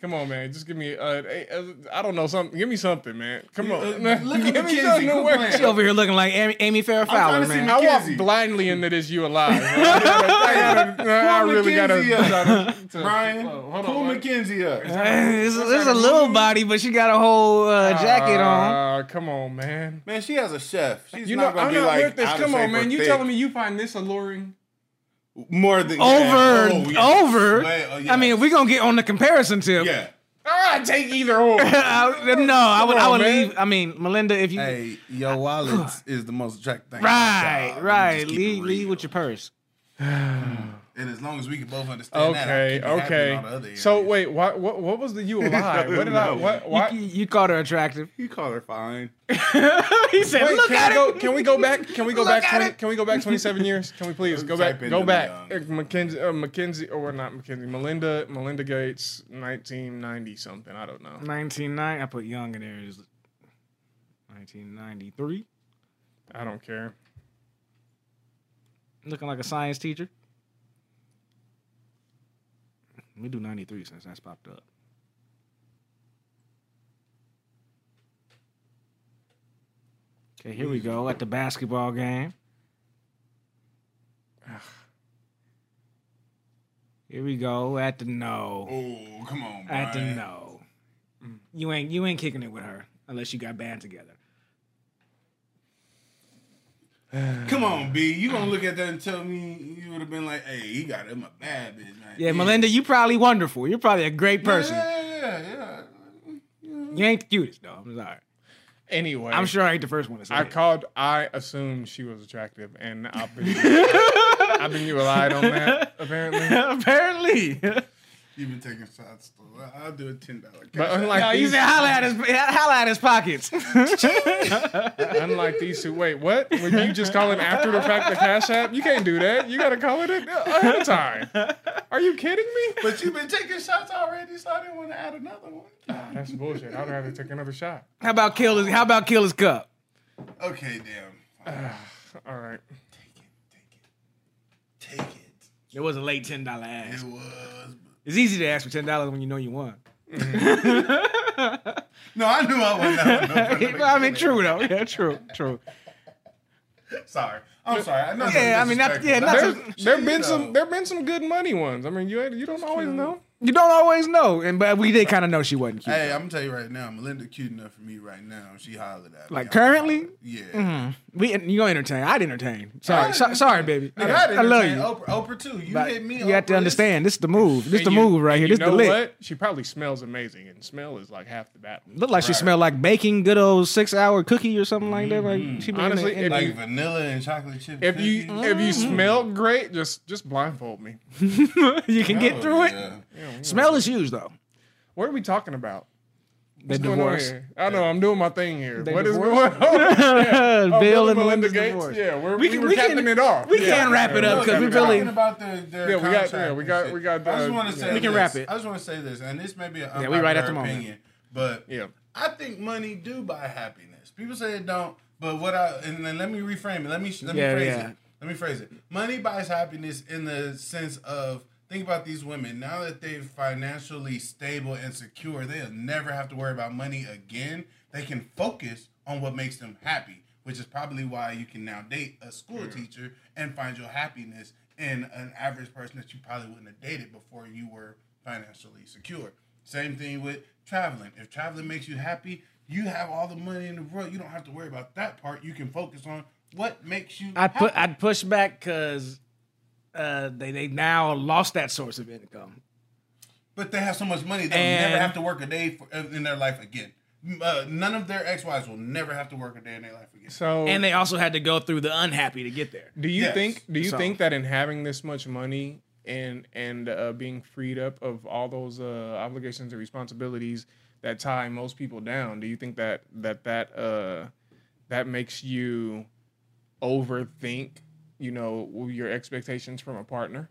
Speaker 1: Come on, man. Just give me. Uh, a- a- I don't know something. Give me something, man. Come on.
Speaker 2: Uh, look at
Speaker 1: give me
Speaker 2: McKenzie,
Speaker 1: something to
Speaker 2: quit
Speaker 1: work
Speaker 2: playing.
Speaker 3: She over here looking like Amy, Amy Farrah
Speaker 2: trying
Speaker 3: Fowler,
Speaker 2: to see
Speaker 3: man.
Speaker 2: my-
Speaker 1: I
Speaker 2: McKenzie.
Speaker 1: walk blindly into this you alive. I, gotta, I, gotta, I
Speaker 2: Pull
Speaker 1: really gotta.
Speaker 2: McKenzie
Speaker 1: gotta
Speaker 2: uh, Brian,
Speaker 1: Whoa, hold
Speaker 2: pull
Speaker 1: on, wait.
Speaker 2: McKenzie
Speaker 1: Uh-huh.
Speaker 2: up.
Speaker 3: Hey, It's, it's a little body, but she got a whole uh, jacket on.
Speaker 1: Uh, come on, man.
Speaker 2: Man, she has a chef. She's
Speaker 1: You know,
Speaker 2: not gonna
Speaker 1: I'm
Speaker 2: be
Speaker 1: not
Speaker 2: like
Speaker 1: with this.
Speaker 2: out of
Speaker 1: Come
Speaker 2: shape
Speaker 1: on,
Speaker 2: or
Speaker 1: man. You
Speaker 2: thick.
Speaker 1: telling me you find this alluring?
Speaker 2: more than
Speaker 3: Over,
Speaker 2: yeah. Oh, yeah.
Speaker 3: over.
Speaker 2: Way- oh, yeah.
Speaker 3: I mean, if we gonna get on the comparison tip.
Speaker 2: yeah.
Speaker 1: Ah, I take either or.
Speaker 3: I- no, I would. I
Speaker 1: on,
Speaker 3: would
Speaker 1: man.
Speaker 3: leave. I mean, Melinda, if you
Speaker 2: Hey, your wallet is the most attractive thing.
Speaker 3: right,
Speaker 2: Nah,
Speaker 3: right,
Speaker 2: just keep it
Speaker 3: leave, leave
Speaker 2: real.
Speaker 3: with your purse.
Speaker 2: And as long as we can both understand
Speaker 1: Okay,
Speaker 2: that, I can be happy in all the other
Speaker 1: okay. So
Speaker 2: areas.
Speaker 1: wait, what what what was the you alive? What did I
Speaker 2: No.
Speaker 1: what
Speaker 3: You,
Speaker 1: what?
Speaker 3: you, you called her attractive.
Speaker 2: you call her fine.
Speaker 3: he said,
Speaker 1: Wait,
Speaker 3: "Look
Speaker 1: can
Speaker 3: at
Speaker 1: we
Speaker 3: it."
Speaker 1: go? Can we go back? Can we go
Speaker 3: Look
Speaker 1: back?
Speaker 3: at
Speaker 1: 20,
Speaker 3: it.
Speaker 1: can we go back 27 years? Can we please go
Speaker 2: Type
Speaker 1: back?
Speaker 2: in
Speaker 1: Go
Speaker 2: the
Speaker 1: back.
Speaker 2: young.
Speaker 1: Uh, Mackenzie, uh, Mackenzie, or not Mackenzie? Melinda, Melinda Gates, 1990 something. I don't know.
Speaker 3: 1990. I put young in there. Is 1993.
Speaker 1: I don't care.
Speaker 3: Looking like a science teacher. Let me do 93 since that's popped up. Okay, here we go at the basketball game. Here we go at the no.
Speaker 2: Oh, come on,
Speaker 3: I had to
Speaker 2: Brian.
Speaker 3: know. You ain't you ain't kicking it with her unless you got band together.
Speaker 2: Come on, B. You gonna look at that and tell me you would have been like, "Hey, he got him a bad bitch." man."
Speaker 3: Yeah, Melinda, you probably wonderful. You're probably a great person.
Speaker 2: Yeah, yeah, yeah.
Speaker 3: You ain't the cutest though. I'm sorry.
Speaker 1: Anyway,
Speaker 3: I'm sure I ain't the first one to say.
Speaker 1: I
Speaker 3: it.
Speaker 1: called. I assumed she was attractive, and I've been I've been relied on that apparently.
Speaker 3: Apparently,
Speaker 2: You've been taking shots. though. I- I'll do a ten dollar.
Speaker 3: uh,
Speaker 1: But unlike
Speaker 3: no, you
Speaker 1: these,
Speaker 3: said holla at his holla at his pockets.
Speaker 1: unlike these two, wait, what? When you just call it after the fact the cash app, you can't do that. You gotta call it ahead of time. Are you kidding me?
Speaker 2: But you've been taking shots already, so I didn't want to add another one.
Speaker 1: That's bullshit. I'd rather take another shot.
Speaker 3: how about kill his How about kill his cup?
Speaker 2: Okay, damn.
Speaker 3: Uh.
Speaker 1: All right.
Speaker 2: Take it, take it, take it.
Speaker 3: It was a late ten dollar ask.
Speaker 2: It was.
Speaker 3: It's easy to ask for ten dollars when you know you won.
Speaker 2: Mm-hmm. No, I knew I wasn't. that one up for another
Speaker 3: I mean,
Speaker 2: kid.
Speaker 3: true though. Yeah, true, true.
Speaker 2: Sorry, I'm sorry. I know
Speaker 3: Yeah, I mean, not- yeah, not-
Speaker 1: There's,
Speaker 2: That's-
Speaker 1: there been
Speaker 2: Shit,
Speaker 1: some
Speaker 2: though.
Speaker 1: there been some good money ones. I mean, you ain't- you don't always know.
Speaker 3: You don't always know, and but we did kind of know she wasn't cute.
Speaker 2: Hey, I'm gonna tell you right now, Melinda cute enough for me right now. She hollered at me.
Speaker 3: Like, currently? Mm-hmm.
Speaker 2: Yeah.
Speaker 3: We you don't entertain. I'd entertain. Sorry,
Speaker 2: I'd
Speaker 3: so,
Speaker 2: entertain.
Speaker 3: sorry, baby.
Speaker 2: Nigga,
Speaker 3: I,
Speaker 2: I'd
Speaker 3: I love
Speaker 2: entertain
Speaker 3: you.
Speaker 2: Oprah, Oprah too. You
Speaker 3: but
Speaker 2: hit me.
Speaker 3: you have to
Speaker 2: Oprah,
Speaker 3: understand. This is the move. This is
Speaker 1: And
Speaker 3: the
Speaker 1: you-
Speaker 3: move right here.
Speaker 1: and
Speaker 3: This
Speaker 1: you
Speaker 3: is
Speaker 1: know
Speaker 3: the lick.
Speaker 1: what? She probably smells amazing, and smell is like half the battle.
Speaker 3: Look like she smelled like bacon, good old six hour cookie or something like that. Like she been in
Speaker 1: Mm-hmm. Honestly,
Speaker 3: the- in
Speaker 1: if
Speaker 3: the-
Speaker 2: Like
Speaker 1: you-
Speaker 2: vanilla and chocolate chip.
Speaker 1: If you
Speaker 2: cookies.
Speaker 1: if you smell great, just just blindfold me.
Speaker 3: you can get
Speaker 2: Oh,
Speaker 3: through it.
Speaker 2: yeah.
Speaker 3: Smell is huge though.
Speaker 1: What are we talking about?
Speaker 3: The
Speaker 1: What's going on
Speaker 3: divorce.
Speaker 1: here? I know I'm doing my thing here.
Speaker 3: They
Speaker 1: What is
Speaker 3: divorced?
Speaker 1: going on? Oh,
Speaker 3: Bill,
Speaker 1: Bill and
Speaker 3: and Melinda
Speaker 1: Melinda Gates?
Speaker 3: Divorce.
Speaker 1: Yeah, we're-
Speaker 3: we
Speaker 1: we
Speaker 3: can,
Speaker 1: were
Speaker 3: we
Speaker 1: capping
Speaker 3: can,
Speaker 1: it off.
Speaker 3: We
Speaker 1: Yeah.
Speaker 3: can wrap it up
Speaker 1: Look,
Speaker 3: because we
Speaker 1: we're
Speaker 3: really.
Speaker 2: talking about their, their
Speaker 1: Yeah, we got-
Speaker 2: contract
Speaker 1: yeah, we
Speaker 2: and
Speaker 1: got-
Speaker 2: shit.
Speaker 1: we got,
Speaker 2: I just
Speaker 1: uh,
Speaker 2: want to say
Speaker 1: yeah.
Speaker 3: We can
Speaker 2: this.
Speaker 3: wrap it.
Speaker 2: I just want to say this, and this may be an
Speaker 3: Yeah,
Speaker 2: unpopular
Speaker 3: we right at the moment.
Speaker 2: opinion, but
Speaker 1: Yeah.
Speaker 2: I think money do buy happiness. People say it don't, but what I and then let me reframe it. Let me let me
Speaker 3: Yeah,
Speaker 2: phrase
Speaker 3: yeah.
Speaker 2: it. Let me phrase it. Money buys happiness in the sense of think about these women now that they're financially stable and secure. They'll never have to worry about money again. They can focus on what makes them happy, which is probably why you can now date a school teacher and find your happiness in an average person that you probably wouldn't have dated before you were financially secure. Same thing with traveling. If traveling makes you happy, you have all the money in the world. You don't have to worry about that part. You can focus on what makes you
Speaker 3: I put
Speaker 2: happy.
Speaker 3: I'd push back because uh, they they now lost that source of income.
Speaker 2: But they have so much money, they'll
Speaker 3: And-
Speaker 2: never have to work a day for, in their life again. Uh, none of their ex-wives will never have to work a day in their life again.
Speaker 1: So
Speaker 3: and they also had to go through the unhappy to get there.
Speaker 1: Do you
Speaker 2: Yes.
Speaker 1: think? Do you
Speaker 3: So-
Speaker 1: think that in having this much money and and uh, being freed up of all those uh, obligations and responsibilities that tie most people down, do you think that that that uh, that makes you overthink? You know your expectations from a partner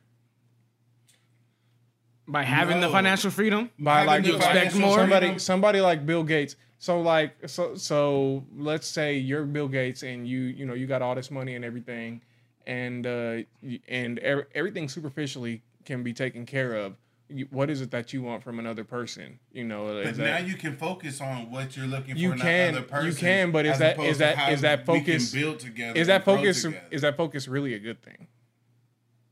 Speaker 3: By having the
Speaker 2: No.
Speaker 3: financial freedom,
Speaker 1: by
Speaker 2: Having
Speaker 1: like
Speaker 2: the
Speaker 1: you expect
Speaker 2: financial
Speaker 1: more somebody
Speaker 2: freedom.
Speaker 1: somebody like Bill Gates. So like so so let's say you're Bill Gates and you you know you got all this money and everything, and uh you- and ev- everything superficially can be taken care of. You- What is it that you want from another person? You know,
Speaker 2: But
Speaker 1: is
Speaker 2: now
Speaker 1: that,
Speaker 2: you can focus on what you're looking for.
Speaker 1: You
Speaker 2: in
Speaker 1: can-
Speaker 2: another person
Speaker 1: you can, but is
Speaker 2: as
Speaker 1: that-
Speaker 2: opposed
Speaker 1: is that-
Speaker 2: to how
Speaker 1: is that
Speaker 2: we can
Speaker 1: focus-
Speaker 2: build together?
Speaker 1: is that
Speaker 2: and grow
Speaker 1: focus
Speaker 2: together.
Speaker 1: is that focus really a good thing?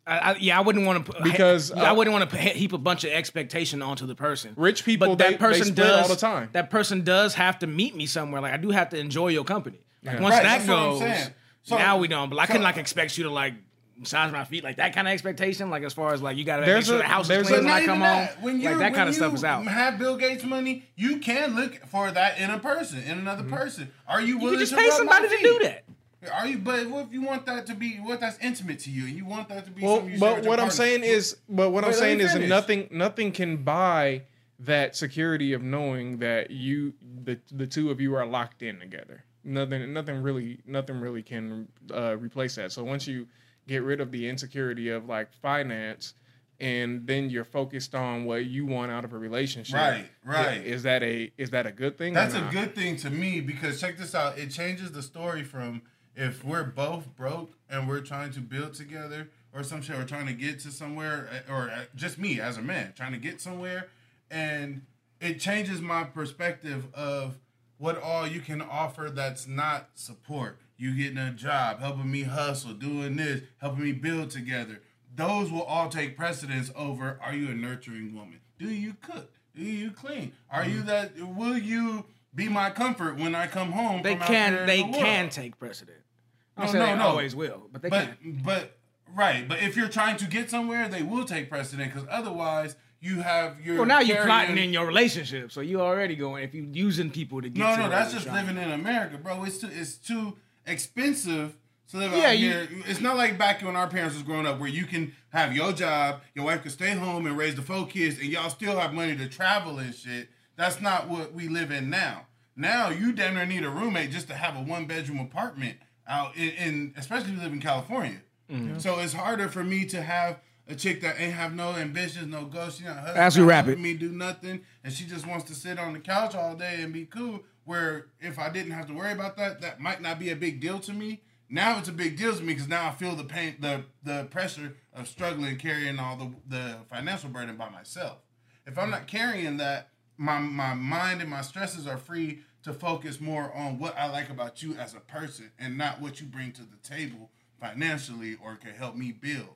Speaker 3: I, I, yeah, I wouldn't want to put
Speaker 1: Because,
Speaker 3: I
Speaker 1: uh,
Speaker 3: wouldn't want to heap a bunch of expectation onto the person.
Speaker 1: Rich people,
Speaker 3: but
Speaker 1: they-
Speaker 3: that
Speaker 1: they
Speaker 3: person
Speaker 1: split
Speaker 3: does
Speaker 1: all the time.
Speaker 3: That person does have to meet me somewhere. Like I do have to enjoy your company. Like once
Speaker 2: Right,
Speaker 3: that
Speaker 2: that's what I'm
Speaker 3: goes,
Speaker 2: saying. So-
Speaker 3: now we don't. But I couldn't
Speaker 2: so-
Speaker 3: like expect you to like massage my feet like that kind of expectation. Like as far as like you gotta make
Speaker 1: There's
Speaker 3: sure
Speaker 1: a-
Speaker 3: the house is
Speaker 1: there's
Speaker 3: clean
Speaker 1: a-
Speaker 3: when I
Speaker 2: not
Speaker 3: come
Speaker 2: even
Speaker 3: home.
Speaker 2: When
Speaker 3: like that
Speaker 2: when
Speaker 3: kind of stuff
Speaker 2: you
Speaker 3: is out.
Speaker 2: Have Bill Gates money? You can look for that in a person, in another person. Are you
Speaker 1: Mm-hmm.
Speaker 3: You
Speaker 2: willing
Speaker 3: could just
Speaker 2: to
Speaker 3: pay
Speaker 2: rub my
Speaker 3: somebody to
Speaker 2: feet?
Speaker 3: do that.
Speaker 2: Are you? But what if you want that to be what that's intimate to you, and you want that to be?
Speaker 1: Well,
Speaker 2: something you share
Speaker 1: but
Speaker 2: with your
Speaker 1: what I'm
Speaker 2: partner?
Speaker 1: saying is, but what I'm
Speaker 2: Wait, let
Speaker 1: saying
Speaker 2: me
Speaker 1: is, that
Speaker 2: finish.
Speaker 1: nothing, nothing can buy that security of knowing that you, the the two of you, are locked in together. Nothing, nothing really, nothing really can uh, replace that. So once you get rid of the insecurity of like finance, and then you're focused on what you want out of a relationship.
Speaker 2: Right, right.
Speaker 1: Is that a is that a good thing? or
Speaker 2: That's a
Speaker 1: not?
Speaker 2: good thing to me because check this out. It changes the story from if we're both broke and we're trying to build together or some shit, or trying to get to somewhere, or uh, just me as a man trying to get somewhere, and it changes my perspective of what all you can offer that's not support. You getting a job, helping me hustle, doing this, helping me build together. Those will all take precedence over are you a nurturing woman? Do you cook? Do you clean? Are
Speaker 3: Mm-hmm.
Speaker 2: you that will you be my comfort when I come home?
Speaker 3: They
Speaker 2: from out there
Speaker 3: can
Speaker 2: in
Speaker 3: they
Speaker 2: the world?
Speaker 3: can take precedent. I'm
Speaker 2: No,
Speaker 3: saying
Speaker 2: no,
Speaker 3: they
Speaker 2: no.
Speaker 3: always will, but they
Speaker 2: But
Speaker 3: can.
Speaker 2: but right, but if you're trying to get somewhere, they will take precedent because otherwise you have your
Speaker 3: Well, now you're
Speaker 2: carrying-
Speaker 3: plotting in your relationship, so you already going if you using people to get.
Speaker 2: No,
Speaker 3: to
Speaker 2: no,
Speaker 3: where
Speaker 2: that's
Speaker 3: you're
Speaker 2: just
Speaker 3: trying.
Speaker 2: living in America, bro. It's too it's too expensive to live
Speaker 3: Yeah,
Speaker 2: out
Speaker 3: you-
Speaker 2: here. It's not like back when our parents was growing up, where you can have your job, your wife can stay home and raise the four kids, and y'all still have money to travel and shit. That's not what we live in now. Now you damn near need a roommate just to have a one bedroom apartment out in, in especially if you live in California.
Speaker 3: Mm-hmm.
Speaker 2: So it's harder for me to have a chick that ain't have no ambitions, no goals. She not hustling,
Speaker 3: As we
Speaker 2: not
Speaker 3: wrap it.
Speaker 2: helping me do nothing, and she just wants to sit on the couch all day and be cool. Where if I didn't have to worry about that, that might not be a big deal to me. Now it's a big deal to me because now I feel the pain, the the pressure of struggling, carrying all the the financial burden by myself. If I'm not carrying that, my my mind and my stresses are free to focus more on what I like about you as a person and not what you bring to the table financially or can help me build.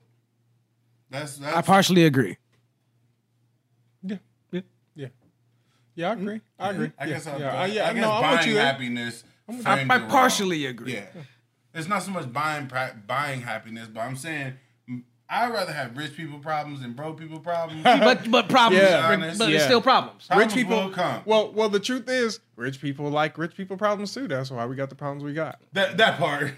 Speaker 2: That's that's
Speaker 3: I partially agree.
Speaker 1: Yeah, yeah, yeah. Yeah, I agree. I agree.
Speaker 2: I guess
Speaker 1: yeah,
Speaker 2: I'll
Speaker 1: yeah,
Speaker 2: yeah,
Speaker 1: I, yeah,
Speaker 2: I guess
Speaker 1: no,
Speaker 2: buying
Speaker 1: I'm with you. there.
Speaker 2: happiness.
Speaker 3: I,
Speaker 2: framed
Speaker 3: I
Speaker 2: it wrong.
Speaker 3: partially agree.
Speaker 2: Yeah, it's not so much buying pra- buying happiness, but I'm saying mm, I'd rather have rich people problems than broke people problems.
Speaker 3: But but problems,
Speaker 1: Yeah.
Speaker 3: but, but it's
Speaker 1: Yeah.
Speaker 3: still problems.
Speaker 2: Problems
Speaker 1: rich people
Speaker 2: will come.
Speaker 1: Well, well, the truth is, rich people like rich people problems too. That's why we got the problems we got.
Speaker 2: that that part.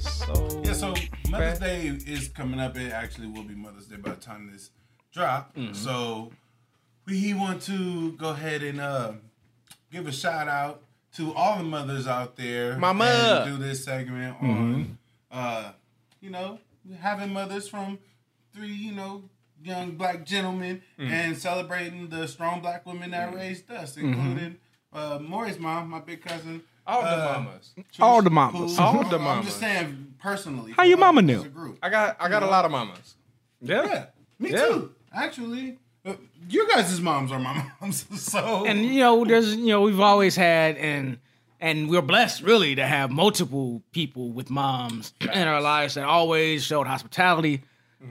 Speaker 1: so
Speaker 2: Yeah, so
Speaker 1: Right.
Speaker 2: Mother's Day is coming up. It actually will be Mother's Day by the time this drop.
Speaker 1: Mm-hmm.
Speaker 2: So we want to go ahead and uh, give a shout out to all the mothers out there.
Speaker 1: Mama.
Speaker 2: and do this segment
Speaker 1: Mm-hmm.
Speaker 2: on, uh, you know, having mothers from three, you know, young black gentlemen
Speaker 1: Mm.
Speaker 2: and celebrating the strong black women that raised us, including uh, Maury's mom, my big cousin.
Speaker 1: Mm-hmm. all the
Speaker 2: uh,
Speaker 1: mamas.
Speaker 3: All the mamas.
Speaker 2: Who-
Speaker 1: All the
Speaker 2: I'm just
Speaker 1: mamas.
Speaker 2: saying personally.
Speaker 3: How your mama knew?
Speaker 2: As a group.
Speaker 1: I got I got a lot of mamas.
Speaker 2: Yeah, me
Speaker 3: Yeah.
Speaker 2: too. Actually, Uh, you guys' moms are my moms, so
Speaker 3: and you know, there's you know, we've always had and and we're blessed really to have multiple people with moms in our lives that always showed hospitality,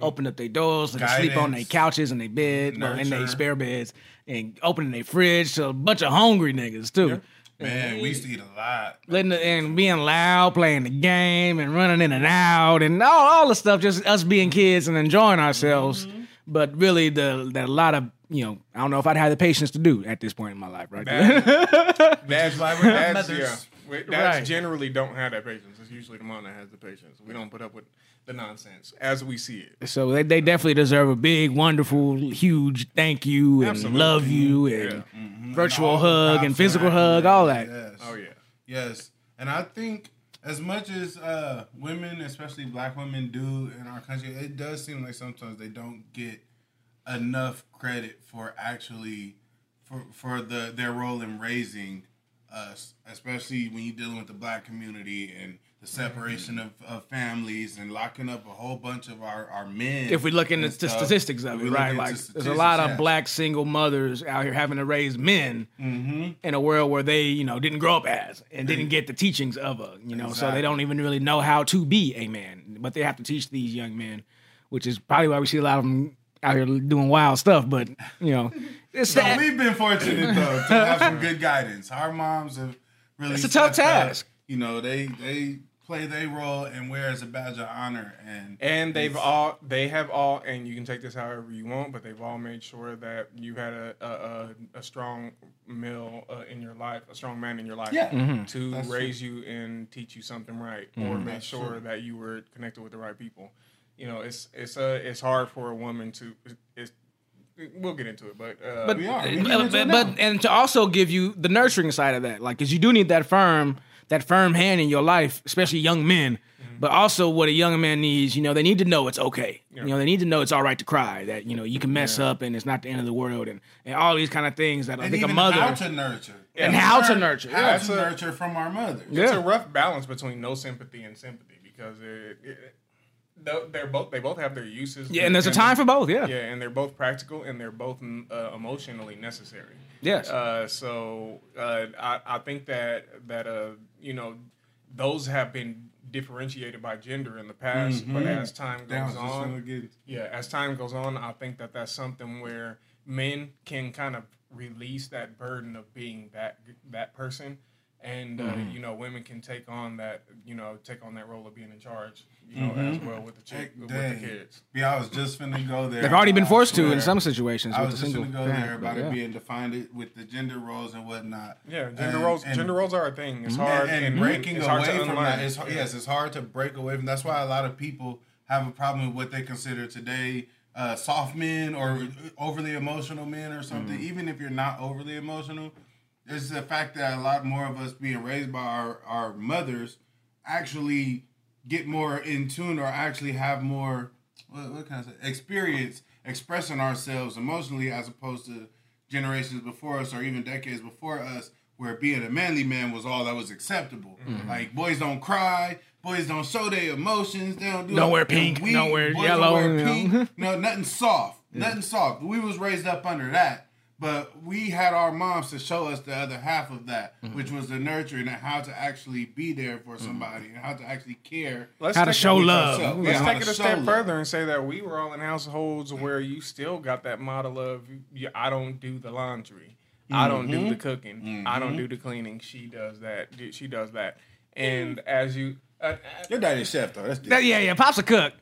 Speaker 3: opened up their doors, let us sleep on their
Speaker 2: Mm-hmm. Guidance.
Speaker 3: couches and their bed, well, in their
Speaker 2: Nurture.
Speaker 3: spare beds, and opening their fridge to a bunch of hungry niggas too.
Speaker 2: man, we used to eat a lot.
Speaker 3: Letting the, and being loud, playing the game, and running in and out, and all, all the stuff. Just us being kids and enjoying ourselves. But really, the that a lot of you know, I don't know if I'd have the patience to do at this point in my life, right?
Speaker 1: That's
Speaker 2: why we're not
Speaker 1: that's, yeah.
Speaker 2: mothers.
Speaker 1: We- That's
Speaker 3: Right.
Speaker 1: generally don't have that patience. It's usually the mom that has the patience. We don't put up with the nonsense as we see it.
Speaker 3: So they, they definitely deserve a big, wonderful, huge thank you and
Speaker 1: Absolutely.
Speaker 3: love you and
Speaker 1: Yeah.
Speaker 3: virtual
Speaker 2: all the
Speaker 3: hug
Speaker 2: props
Speaker 3: and physical
Speaker 2: around
Speaker 3: hug,
Speaker 2: it.
Speaker 3: all that.
Speaker 2: Yes.
Speaker 1: Oh yeah.
Speaker 2: Yes, and I think as much as uh, women, especially black women, do in our country, it does seem like sometimes they don't get enough credit for actually for for the their role in raising us, especially when you're dealing with the black community and the separation of, of families and locking up a whole bunch of our our men.
Speaker 3: If we look into
Speaker 2: and
Speaker 3: the
Speaker 2: stuff.
Speaker 3: statistics of
Speaker 2: If
Speaker 3: it,
Speaker 2: we look
Speaker 3: right?
Speaker 2: into
Speaker 3: Like, there's a
Speaker 2: statistics,
Speaker 3: lot of
Speaker 2: yeah.
Speaker 3: black single mothers out here having to raise men
Speaker 2: Mm-hmm.
Speaker 3: in a world where they, you know, didn't grow up as and didn't get the teachings of a, you know, so they
Speaker 2: Exactly.
Speaker 3: don't even really know how to be a man. But they have to teach these young men, which is probably why we see a lot of them out here doing wild stuff. But you know, it's
Speaker 2: So
Speaker 3: that.
Speaker 2: we've been fortunate though to have some good guidance. Our moms have really.
Speaker 3: It's a tough
Speaker 2: stepped up.
Speaker 3: task.
Speaker 2: You know, they they play their role and wear as a badge of honor. And
Speaker 1: And they've all they have all, and you can take this however you want, but they've all made sure that you had a a, a, a strong male uh, in your life, a strong man in your life,
Speaker 2: Yeah.
Speaker 3: Mm-hmm.
Speaker 1: to
Speaker 2: That's
Speaker 1: raise you and teach you something right, or make sure that you were connected with the right people. You know, it's it's uh, it's hard for a woman to. It's, we'll get into it, but uh,
Speaker 3: But,
Speaker 2: We are. We
Speaker 3: but,
Speaker 2: need to
Speaker 3: but,
Speaker 2: know.
Speaker 3: and to also give you the nurturing side of that, like, cause you do need that firm, that firm hand in your life, especially young men.
Speaker 2: Mm-hmm.
Speaker 3: But also, what a young man needs, you know, they need to know it's okay. You know, they need to know it's all right to cry. That you know, you can mess up, and it's not the end of the world, and, and all these kind of things that I
Speaker 2: and
Speaker 3: think a
Speaker 2: even
Speaker 3: mother
Speaker 2: how to nurture
Speaker 3: And how to nurture.
Speaker 2: how
Speaker 3: Yeah,
Speaker 2: to
Speaker 1: it's a-
Speaker 2: nurture from our mothers.
Speaker 1: it's a rough balance between no sympathy and sympathy because it, it, tho- they're both they both have their uses.
Speaker 3: Yeah, and there's a time for both. Yeah.
Speaker 1: Yeah, and they're both practical and they're both mm, uh, emotionally necessary.
Speaker 3: Yes.
Speaker 1: Uh, so uh, I, I think that that uh, you know those have been differentiated by gender in the past, but as time goes
Speaker 2: That was just
Speaker 1: on,
Speaker 2: gonna get-
Speaker 1: yeah, as time goes on, I think that that's something where men can kind of release that burden of being that that person, and uh, you know, women can take on that you know take on that role of being in charge, you know, as well with the chick, with the
Speaker 2: Dang.
Speaker 1: kids.
Speaker 2: Yeah, I was just finna go there.
Speaker 3: They've already been
Speaker 2: I
Speaker 3: forced to
Speaker 2: swear.
Speaker 3: in some situations.
Speaker 2: I
Speaker 3: with
Speaker 2: was
Speaker 3: the
Speaker 2: just
Speaker 3: single
Speaker 2: gonna go
Speaker 3: parent,
Speaker 2: there
Speaker 3: but
Speaker 2: about
Speaker 3: yeah.
Speaker 2: it being defined it- with the gender roles and whatnot.
Speaker 1: Yeah, gender
Speaker 2: And-
Speaker 1: roles.
Speaker 2: and-
Speaker 1: gender roles are a thing. It's hard
Speaker 2: and, Mm-hmm. and breaking
Speaker 1: it's hard
Speaker 2: away
Speaker 1: to
Speaker 2: from
Speaker 1: unlearn.
Speaker 2: that. It's, Yes, it's hard to break away from. That's why a lot of people have a problem with what they consider today uh, soft men or overly emotional men or something.
Speaker 1: Mm-hmm.
Speaker 2: Even if you're not overly emotional, it's the fact that a lot more of us being raised by our, our mothers actually get more in tune or actually have more what, what kind of experience expressing ourselves emotionally as opposed to generations before us or even decades before us where being a manly man was all that was acceptable. Like boys don't cry, boys don't show their emotions, they don't do
Speaker 3: Don't wear
Speaker 2: And
Speaker 3: pink, don't wear
Speaker 2: boys
Speaker 3: yellow, you know.
Speaker 2: pink, no, nothing soft. Nothing soft. We was raised up under that. But we had our moms to show us the other half of that,
Speaker 3: Mm-hmm.
Speaker 2: which was the nurturing and how to actually be there for somebody and how to actually care.
Speaker 1: Let's
Speaker 3: How to
Speaker 1: take it-
Speaker 3: show
Speaker 1: let's
Speaker 3: love.
Speaker 2: yourself.
Speaker 3: Yeah.
Speaker 1: Let's
Speaker 2: how
Speaker 1: take it
Speaker 2: to
Speaker 1: a step
Speaker 2: show love.
Speaker 1: further and say that we were all in households where you still got that model of you- I don't do the laundry, I don't do
Speaker 2: Mm-hmm.
Speaker 1: the cooking, I don't do the cleaning. She does that. She does that. And as you, uh,
Speaker 2: Your daddy's chef though. That's
Speaker 3: That- yeah, yeah. Pops a cook.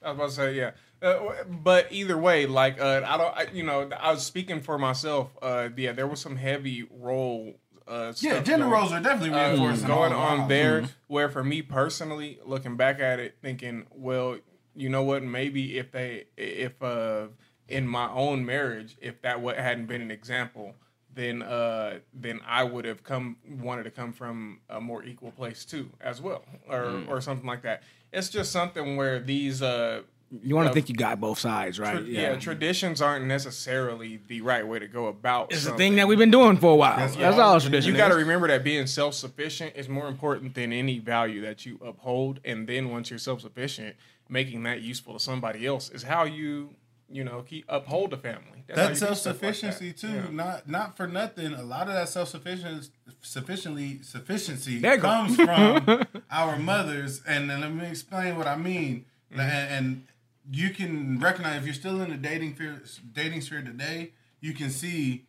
Speaker 1: I was about to say, yeah. Uh, w- but either way, like uh, I don't, I, you know, I was speaking for myself. Uh, yeah, there was some heavy role. Uh,
Speaker 2: yeah,
Speaker 1: stuff
Speaker 2: gender
Speaker 1: going-
Speaker 2: roles are definitely
Speaker 1: uh,
Speaker 2: reinforced. in
Speaker 1: going
Speaker 2: all
Speaker 1: on
Speaker 2: lives.
Speaker 1: there. Where for me personally, looking back at it, thinking, well, you know what? Maybe if they, if uh, in my own marriage, if that what hadn't been an example, then uh, then I would have come wanted to come from a more equal place too, as well, or or something like that. It's just something where these. Uh,
Speaker 3: You want to
Speaker 1: uh,
Speaker 3: think you got both sides, right?
Speaker 1: tra- yeah. traditions aren't necessarily the right way to go about.
Speaker 3: It's a
Speaker 1: something.
Speaker 3: thing that we've been doing for a while. That's,
Speaker 2: That's-
Speaker 3: all tradition.
Speaker 1: You got to
Speaker 3: is.
Speaker 1: remember that being self sufficient is more important than any value that you uphold. And then once you're self sufficient, making that useful to somebody else is how you, you know, keep uphold the family. how
Speaker 2: That
Speaker 1: you do
Speaker 2: self
Speaker 1: stuff like that.
Speaker 2: sufficiency too, not not for nothing. A lot of that self sufficiency sufficiently sufficiency
Speaker 3: There you go.
Speaker 2: comes from our mothers. And then let me explain what I mean.
Speaker 3: Mm-hmm.
Speaker 2: And, and you can recognize if you're still in the dating sphere, dating sphere today, you can see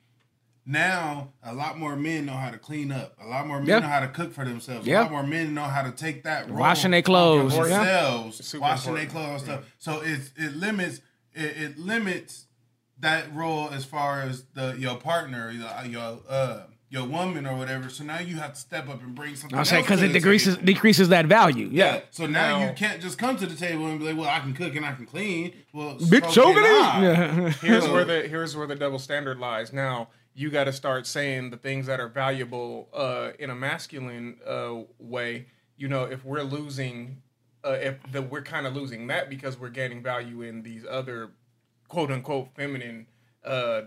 Speaker 2: now a lot more men know how to clean up. A lot more men
Speaker 3: Yeah.
Speaker 2: know how to cook for themselves.
Speaker 3: Yeah.
Speaker 2: A lot more men know how to take that role
Speaker 3: Washing their clothes.
Speaker 2: for
Speaker 3: Yeah.
Speaker 2: themselves,
Speaker 1: super
Speaker 2: washing their
Speaker 1: important.
Speaker 2: clothes and stuff. So it's it limits it, it limits that role as far as the your partner, your your, uh, your woman or whatever. So now you have to step up and bring something.
Speaker 3: I'm saying
Speaker 2: else
Speaker 3: because
Speaker 2: to
Speaker 3: it
Speaker 2: the
Speaker 3: decreases
Speaker 2: table.
Speaker 3: decreases that value. Yeah.
Speaker 2: Yeah. So now,
Speaker 1: Now-
Speaker 2: you can't just come to the table and be like, "Well, I can cook and I can clean." Well,
Speaker 3: Big
Speaker 2: so
Speaker 3: choking
Speaker 2: can I.
Speaker 3: it.
Speaker 1: Here's where the here's where the double standard lies. Now you got to start saying the things that are valuable uh, in a masculine uh, way. You know, if we're losing, uh, if the, we're kind of losing that because we're gaining value in these other quote unquote feminine uh,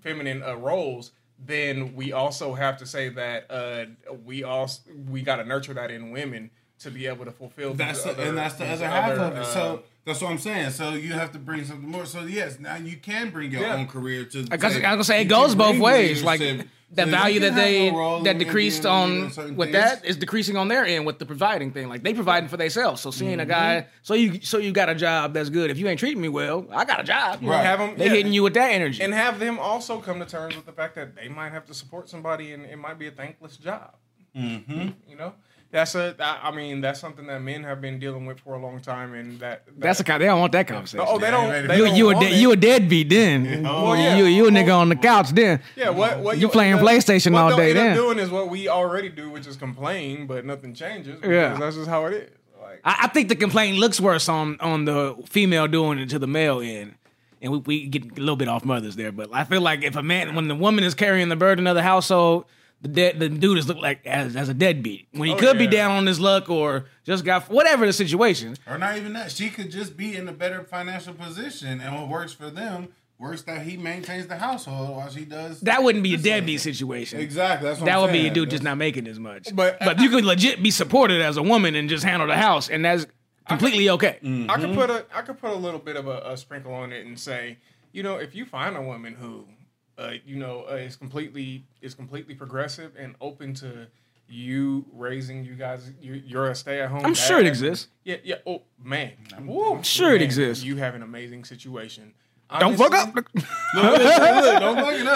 Speaker 1: feminine uh, roles, then we also have to say that uh, we also we got to nurture that in women to be able to fulfill. these
Speaker 2: That's the,
Speaker 1: other-
Speaker 2: and that's the
Speaker 1: these
Speaker 2: other half of it.
Speaker 1: uh,
Speaker 2: so that's what I'm saying. So you have to bring something more. So yes, now you can bring your
Speaker 1: Yeah.
Speaker 2: own career to. The
Speaker 3: I was
Speaker 2: table.
Speaker 3: gonna say it
Speaker 2: You
Speaker 3: goes
Speaker 2: can
Speaker 3: both
Speaker 2: bring
Speaker 3: ways. Like
Speaker 2: leadership.
Speaker 3: the
Speaker 2: So you
Speaker 3: value
Speaker 2: can
Speaker 3: that
Speaker 2: have
Speaker 3: they
Speaker 2: a role
Speaker 3: that
Speaker 2: in
Speaker 3: decreased
Speaker 2: being a leader
Speaker 3: on
Speaker 2: in certain
Speaker 3: with
Speaker 2: things.
Speaker 3: that is decreasing on their end with the providing thing. Like they providing for themselves. So seeing
Speaker 1: Mm-hmm.
Speaker 3: a guy, so you so you got a job that's good. If you ain't treating me well, I got a job.
Speaker 2: Right.
Speaker 1: have 'em-
Speaker 3: They
Speaker 1: yeah.
Speaker 3: hitting you with that energy.
Speaker 1: and have them also come to terms with the fact that they might have to support somebody and it might be a thankless job. You know, that's a. I I mean, that's something that men have been dealing with for a long time, and that, that
Speaker 3: That's the kind. They don't want that conversation.
Speaker 1: oh, they don't.
Speaker 2: Yeah,
Speaker 1: They
Speaker 2: you-
Speaker 3: you
Speaker 1: don't
Speaker 3: you a
Speaker 1: want
Speaker 3: de-
Speaker 1: it.
Speaker 3: you a deadbeat then.
Speaker 1: Well, yeah.
Speaker 3: You you a nigga
Speaker 1: Well,
Speaker 3: on the couch then.
Speaker 1: Yeah, what what
Speaker 3: You playing PlayStation
Speaker 1: what
Speaker 3: all
Speaker 1: they'll
Speaker 3: day
Speaker 1: end up
Speaker 3: then.
Speaker 1: doing is what we already do, which is complain, but nothing changes.
Speaker 3: Yeah.
Speaker 1: because that's just how it is. Like,
Speaker 3: I, I think the complaint looks worse on on the female doing it to the male end. And we, we get a little bit off mothers there, but I feel like if a man, when the woman is carrying the burden of the household, the de- the dude is looked like as, as a deadbeat when he
Speaker 1: Oh,
Speaker 3: could be
Speaker 1: yeah.
Speaker 3: down on his luck or just got whatever the situation.
Speaker 2: Or not even that. She could just be in a better financial position, and what works for them works that he maintains the household while she does.
Speaker 3: That wouldn't be a deadbeat situation.
Speaker 2: exactly. That's what
Speaker 3: That
Speaker 2: I'm
Speaker 3: would be
Speaker 2: saying.
Speaker 3: a dude just
Speaker 2: That's-
Speaker 3: not making as much.
Speaker 1: But-
Speaker 3: But but you could legit be supported as a woman and just handle the house, and that's completely okay.
Speaker 1: I
Speaker 3: Mm-hmm.
Speaker 1: could put a I could put a little bit of a, a sprinkle on it and say, you know, if you find a woman who, uh, you know, uh, is completely is completely progressive and open to you raising you guys, you, you're a stay at home.
Speaker 3: I'm sure it exists.
Speaker 1: Yeah, yeah. Oh man, Woo,
Speaker 3: Sure it
Speaker 1: man,
Speaker 3: exists.
Speaker 1: You have an amazing situation.
Speaker 3: Don't fuck
Speaker 1: Honestly-
Speaker 3: up.
Speaker 2: Look, don't fuck it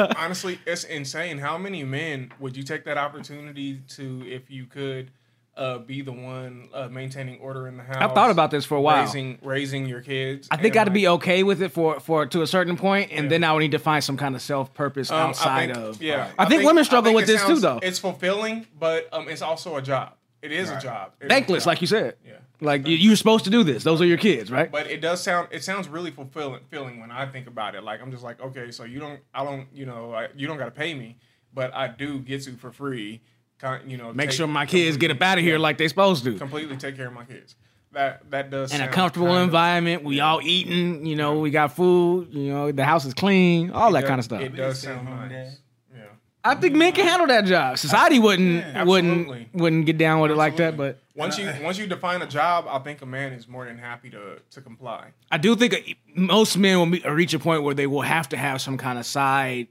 Speaker 2: up.
Speaker 1: honestly, it's insane. How many men would you take that opportunity to, if you could, uh, be the one uh, maintaining order in the house?
Speaker 3: I thought about this for a while.
Speaker 1: Raising, raising your kids.
Speaker 3: I think I'd be okay with it for for to a certain point, and then I would need to find some kind of self purpose outside of.
Speaker 1: Um, Yeah,
Speaker 3: I, think, women struggle
Speaker 1: I think
Speaker 3: with
Speaker 1: it
Speaker 3: this too,
Speaker 1: sounds-
Speaker 3: though.
Speaker 1: It's fulfilling, but um, it's also a job. It is a
Speaker 2: Right.
Speaker 1: job. It is a
Speaker 3: Thankless,
Speaker 1: job.
Speaker 3: like you said.
Speaker 1: Yeah.
Speaker 3: Like you, you're supposed to do this. Those are your kids, right?
Speaker 1: But it does sound. It sounds really fulfilling. Feeling when I think about it, like I'm just like, okay, so you don't, I don't, you know, I, you don't got to pay me, but I do get you for free. Kind, you know,
Speaker 3: Make
Speaker 1: take-
Speaker 3: sure my kids get up out of here like they supposed to.
Speaker 1: completely take care of my kids. That that does
Speaker 3: In a
Speaker 1: sound
Speaker 3: comfortable
Speaker 1: kind of-
Speaker 3: environment, we all eating. You know, we got food. You know, the house is clean. All that
Speaker 1: does-
Speaker 3: kind of stuff.
Speaker 1: It does sound
Speaker 2: Home
Speaker 1: nice. Yeah.
Speaker 3: I think men can handle that job. Society wouldn't
Speaker 2: Yeah,
Speaker 1: absolutely.
Speaker 3: wouldn't wouldn't get down with it like that. But
Speaker 1: Once you
Speaker 2: And I-
Speaker 1: once you define a job, I think a man is more than happy to to comply.
Speaker 3: I do think most men will be, reach a point where they will have to have some kind of side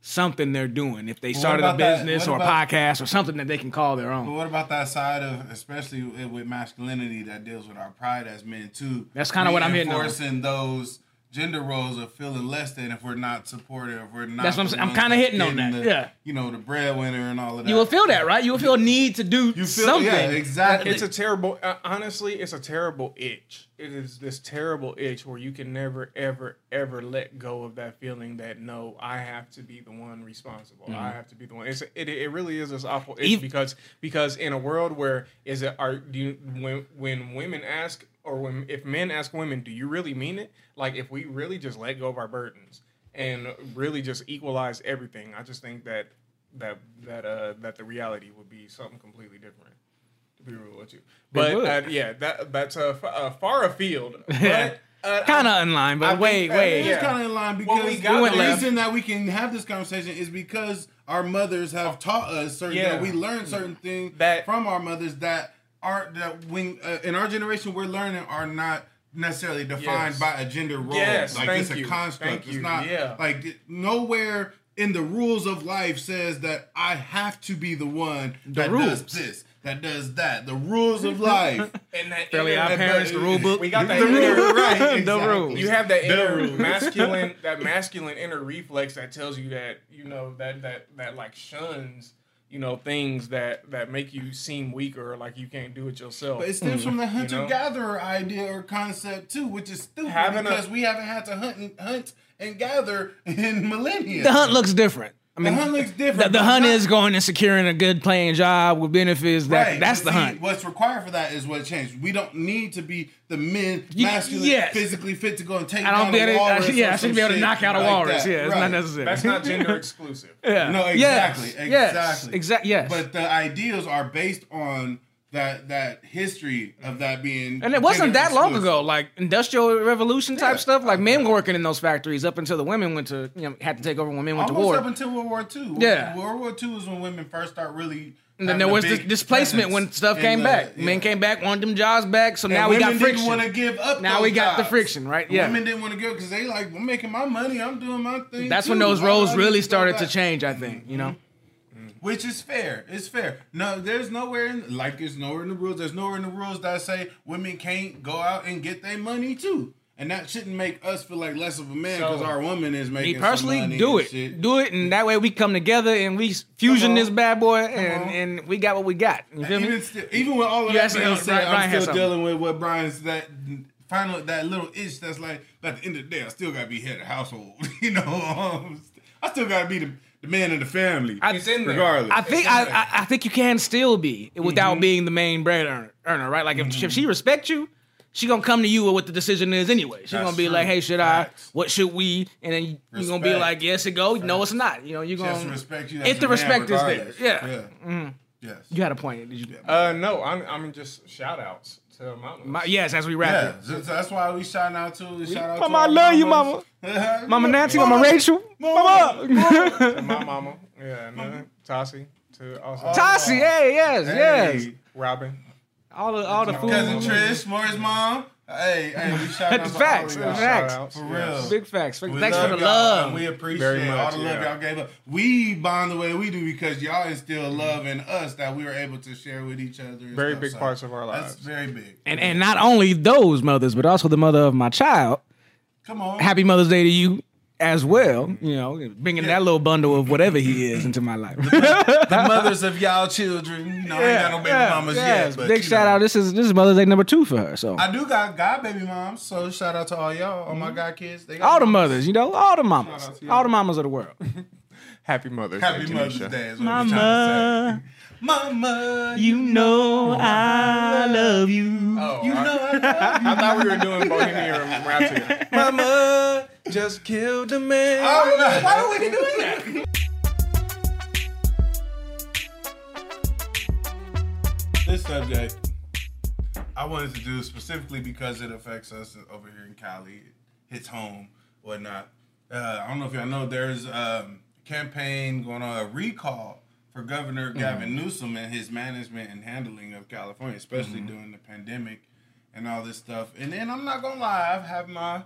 Speaker 3: something they're doing if they started a
Speaker 2: about that?
Speaker 3: business
Speaker 2: What
Speaker 3: or a
Speaker 2: about-
Speaker 3: podcast or something that they can call their
Speaker 2: But
Speaker 3: own.
Speaker 2: what about that side of, especially with with masculinity, that deals with our pride as men too?
Speaker 3: That's kinda what I'm hitting on.
Speaker 2: Reinforcing those gender roles of feeling less than if we're not supportive, if we're not.
Speaker 3: That's what I'm
Speaker 2: the
Speaker 3: saying. I'm
Speaker 2: ones
Speaker 3: kinda hitting on
Speaker 2: getting
Speaker 3: that.
Speaker 2: the,
Speaker 3: Yeah.
Speaker 2: you know the breadwinner and all of that.
Speaker 3: You will feel that, right? You will feel a need to do
Speaker 2: You feel
Speaker 3: something.
Speaker 2: yeah, exactly.
Speaker 1: It's a terrible. uh, Honestly, it's a terrible itch. It is this terrible itch where you can never, ever, ever let go of that feeling that no, I have to be the one responsible. I have to be the one. It's it, it really is this awful itch
Speaker 3: Ev-
Speaker 1: because because in a world where is it are do you, when when women ask or when if men ask women, do you really mean it? Like if we really just let go of our burdens and really just equalize everything, I just think that that that uh that the reality would be something completely different to be real with you. But
Speaker 3: would.
Speaker 1: uh, yeah, that that's a, f- a far afield.
Speaker 3: Yeah.
Speaker 1: But, uh,
Speaker 3: Kind of in line, but
Speaker 1: think
Speaker 3: wait,
Speaker 1: that
Speaker 3: wait.
Speaker 1: is-
Speaker 2: It's
Speaker 1: Yeah.
Speaker 2: kind of in line because
Speaker 1: Well, we got
Speaker 2: the
Speaker 3: went left.
Speaker 2: reason that we can have this conversation is because our mothers have taught us certain.
Speaker 1: Yeah.
Speaker 2: That we learn certain things
Speaker 1: That-
Speaker 2: from our mothers that aren't that when uh, in our generation we're learning are not necessarily defined
Speaker 1: Yes.
Speaker 2: by a gender role.
Speaker 1: Yes,
Speaker 2: like
Speaker 1: thank
Speaker 2: it's a
Speaker 1: you.
Speaker 2: construct.
Speaker 1: Thank
Speaker 2: it's
Speaker 1: you.
Speaker 2: not
Speaker 1: Yeah.
Speaker 2: like th- nowhere in the rules of life says that I have to be the one that
Speaker 3: rules.
Speaker 2: does this, that does that. The rules of life.
Speaker 1: And that
Speaker 3: Fairly
Speaker 1: inner-
Speaker 3: Odd Parents, the rule book.
Speaker 1: We got that
Speaker 2: The
Speaker 1: inner-
Speaker 2: rule, right?
Speaker 3: The
Speaker 2: exactly.
Speaker 3: rules.
Speaker 1: You have that inner
Speaker 2: rules.
Speaker 1: masculine, that masculine inner reflex that tells you that you know that that that like shuns you know things that that make you seem weaker, or like you can't do it yourself.
Speaker 2: But it stems from the hunter
Speaker 1: Hmm, know?
Speaker 2: gatherer idea or concept too, which is stupid
Speaker 1: Having a-
Speaker 2: because we haven't had to hunt and hunt and gather in millennia.
Speaker 3: The hunt looks different. I
Speaker 2: The
Speaker 3: mean,
Speaker 2: hunt looks different.
Speaker 3: the, the
Speaker 2: but
Speaker 3: hunt
Speaker 2: not-
Speaker 3: is going and securing a good paying job with benefits. That
Speaker 2: Right,
Speaker 3: that's
Speaker 2: but
Speaker 3: the
Speaker 2: see,
Speaker 3: hunt.
Speaker 2: What's required for that is what changed. We don't need to be the men,
Speaker 3: You-
Speaker 2: masculine,
Speaker 3: yes.
Speaker 2: physically fit to go and take
Speaker 3: I don't
Speaker 2: down
Speaker 3: think
Speaker 2: a
Speaker 3: it- I
Speaker 2: walrus.
Speaker 3: should,
Speaker 2: or
Speaker 3: yeah, I
Speaker 2: some
Speaker 3: should be able to
Speaker 2: shit
Speaker 3: knock out a
Speaker 2: like
Speaker 3: walrus.
Speaker 2: that.
Speaker 3: yeah, it's
Speaker 2: Right.
Speaker 3: not necessary.
Speaker 1: That's not gender exclusive.
Speaker 3: Yeah.
Speaker 2: No,
Speaker 3: Yes.
Speaker 2: exactly,
Speaker 3: Yes.
Speaker 2: exactly,
Speaker 3: Exact- yes.
Speaker 2: But the ideals are based on that that history of that being,
Speaker 3: And it wasn't
Speaker 2: gender
Speaker 3: that long
Speaker 2: exclusive.
Speaker 3: ago, like industrial revolution type
Speaker 2: Yeah.
Speaker 3: stuff. Like men were working in those factories up until the women went to, you know, had to take over when men went
Speaker 2: Almost
Speaker 3: to war.
Speaker 2: up until World War II.
Speaker 3: Yeah.
Speaker 2: World War II is when women first start really.
Speaker 3: and then there was this displacement when stuff came back. Men came back, wanted them jobs back. So now we got friction.
Speaker 2: want to give up.
Speaker 3: Now
Speaker 2: those
Speaker 3: we got the
Speaker 2: jobs.
Speaker 3: friction, right? Yeah.
Speaker 2: Women didn't want to give because they like I'm making my money. I'm doing my thing.
Speaker 3: That's
Speaker 2: too.
Speaker 3: when those
Speaker 2: Why do
Speaker 3: roles
Speaker 2: I
Speaker 3: really
Speaker 2: need go
Speaker 3: started to
Speaker 2: back?
Speaker 3: change. I think you know.
Speaker 2: which is fair. It's fair. No, there's nowhere in like there's nowhere in the rules. There's nowhere in the rules that say women can't go out and get their money too. And that shouldn't make us feel like less of a man because
Speaker 1: So-
Speaker 2: our woman is
Speaker 3: Me
Speaker 2: making. some
Speaker 3: personally,
Speaker 2: money
Speaker 3: do
Speaker 2: and
Speaker 3: it,
Speaker 2: shit.
Speaker 3: do it, and that way we come together and we fusion
Speaker 2: on.
Speaker 3: this bad boy,
Speaker 2: on.
Speaker 3: and, and we got what we got. You feel me?
Speaker 2: even, still, even with all of
Speaker 3: You
Speaker 2: that
Speaker 3: asked-
Speaker 2: being
Speaker 3: uh,
Speaker 2: said,
Speaker 3: Brian- Brian had
Speaker 2: I'm still
Speaker 3: something.
Speaker 2: dealing with what Brian's that final that little itch that's like. But at the end of the day, I still gotta be head of the household. you know, um, I still gotta be the, the man of the family.
Speaker 3: I-
Speaker 1: It's in there.
Speaker 2: regardless.
Speaker 3: I think I, I, I think you can still be without
Speaker 2: Mm-hmm.
Speaker 3: being the main bread earner, earner right? Like if, if she respects you, she gonna come to you with what the decision is anyway. She gonna
Speaker 2: That's
Speaker 3: be
Speaker 2: true.
Speaker 3: like, hey, should
Speaker 2: Facts.
Speaker 3: I? What should we? And then you you gonna be
Speaker 2: Respect.
Speaker 3: like, yes, it go. No, it's not. You know, you
Speaker 2: Just
Speaker 3: gonna
Speaker 2: respect you.
Speaker 3: um, if the respect is there, yeah. Mm-hmm.
Speaker 2: Yes.
Speaker 3: You had a point. Did you?
Speaker 1: Uh, no, I'm, I'm just shout outs to mama.
Speaker 3: My, yes, as we wrap
Speaker 2: Yeah,
Speaker 3: it.
Speaker 2: so- so that's why we shout out to we shout out.
Speaker 3: Mama, I
Speaker 2: to
Speaker 3: love you,
Speaker 2: mama.
Speaker 3: Mama Nancy, Mama Rachel, Mama,
Speaker 1: to my mama. Yeah, no, Tassie. To also
Speaker 3: Tassie. Hey, yes, yes.
Speaker 2: Hey,
Speaker 1: Robin.
Speaker 3: All the all the food.
Speaker 2: cousin Trish, Morris mom. Hey, hey, we shout out
Speaker 3: That's
Speaker 2: to
Speaker 3: facts,
Speaker 2: all of y'all.
Speaker 3: that's facts.
Speaker 1: Shout outs.
Speaker 2: For
Speaker 1: yes.
Speaker 2: real.
Speaker 3: Big facts.
Speaker 2: We
Speaker 3: Thanks for the
Speaker 2: y'all, and
Speaker 3: love.
Speaker 2: We appreciate
Speaker 1: Very much,
Speaker 2: all the love
Speaker 1: yeah.
Speaker 2: y'all gave us. We bond the way we do because y'all instill love in us that we were able to share with each other. and
Speaker 1: Very
Speaker 2: stuff.
Speaker 1: big
Speaker 2: So
Speaker 1: parts of our
Speaker 2: That's
Speaker 1: lives.
Speaker 2: very big.
Speaker 3: And and not only those mothers, but also the mother of my child.
Speaker 2: Come on.
Speaker 3: happy Mother's Day to you as well. You know, bringing that little bundle of whatever he is into my life.
Speaker 2: the mothers of y'all children. You know, ain't got no baby mamas yet. But,
Speaker 3: big
Speaker 2: you
Speaker 3: shout
Speaker 2: know.
Speaker 3: out. This is this is Mother's Day number two for her. So
Speaker 2: I do got god baby moms, so shout out to all y'all, all my god kids. They got
Speaker 3: Mm-hmm. all the mothers, you know, all the mamas,
Speaker 2: Shout out to you.
Speaker 3: all the mamas of the world.
Speaker 1: Happy Mother's Day.
Speaker 2: Happy
Speaker 1: to
Speaker 2: Mother's
Speaker 1: Nisha.
Speaker 2: Day is what we're trying to say. Mama, you,
Speaker 3: know I love you.
Speaker 1: Oh,
Speaker 2: you
Speaker 1: I,
Speaker 2: know I love you.
Speaker 1: I thought we were doing Bohemian Rhapsody.
Speaker 3: Mama just killed a man.
Speaker 2: Why
Speaker 1: Why are we doing that?
Speaker 2: this subject I wanted to do specifically because it affects us over here in Cali, it hits home, whatnot. Uh, I don't know if y'all know there's um, a campaign going on, a recall for Governor Gavin Newsom and his management and handling of California, especially during the pandemic and all this stuff. And then I'm not gonna lie, I've had my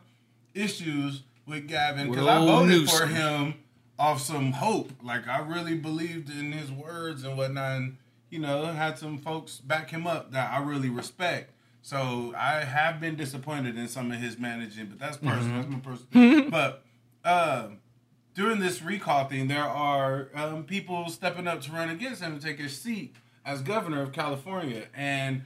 Speaker 2: issues with Gavin because I
Speaker 3: With old
Speaker 2: voted for
Speaker 3: Newsom.
Speaker 2: him off some hope. Like I really believed in his words and whatnot. And, you know, had some folks back him up that I really respect. So I have been disappointed in some of his managing, but that's personal.
Speaker 3: Mm-hmm.
Speaker 2: That's my personal. but um, during this recall thing, there are um, people stepping up to run against him to take his seat as governor of California, and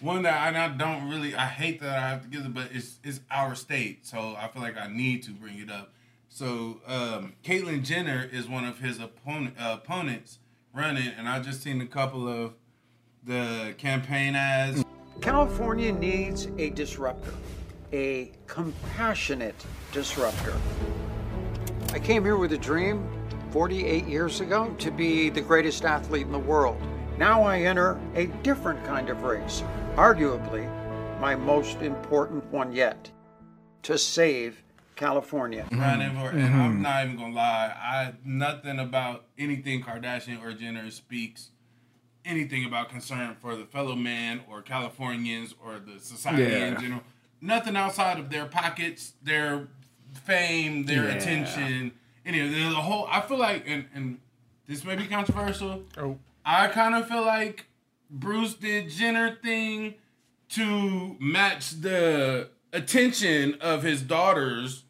Speaker 2: one that I, and I don't really I hate that I have to give it, but it's it's our state, so I feel like I need to bring it up. So um, Caitlyn Jenner is one of his opponent uh, opponents running, and I just seen a couple of the campaign ads
Speaker 4: California needs a disruptor, a compassionate disruptor. I came here with a dream 48 years ago to be the greatest athlete in the world. Now I enter a different kind of race, arguably my most important one yet to save California.
Speaker 3: Mm-hmm.
Speaker 2: running for, and I'm not even gonna lie, I nothing about anything Kardashian or Jenner speaks anything about concern for the fellow man or Californians or the society in
Speaker 3: Yeah.
Speaker 2: general. Nothing outside of their pockets, their fame, their
Speaker 3: Yeah.
Speaker 2: attention. Anyway, the whole I feel like, and and this may be controversial.
Speaker 1: Oh,
Speaker 2: I kind of feel like Bruce did Jenner thing to match the attention of his daughters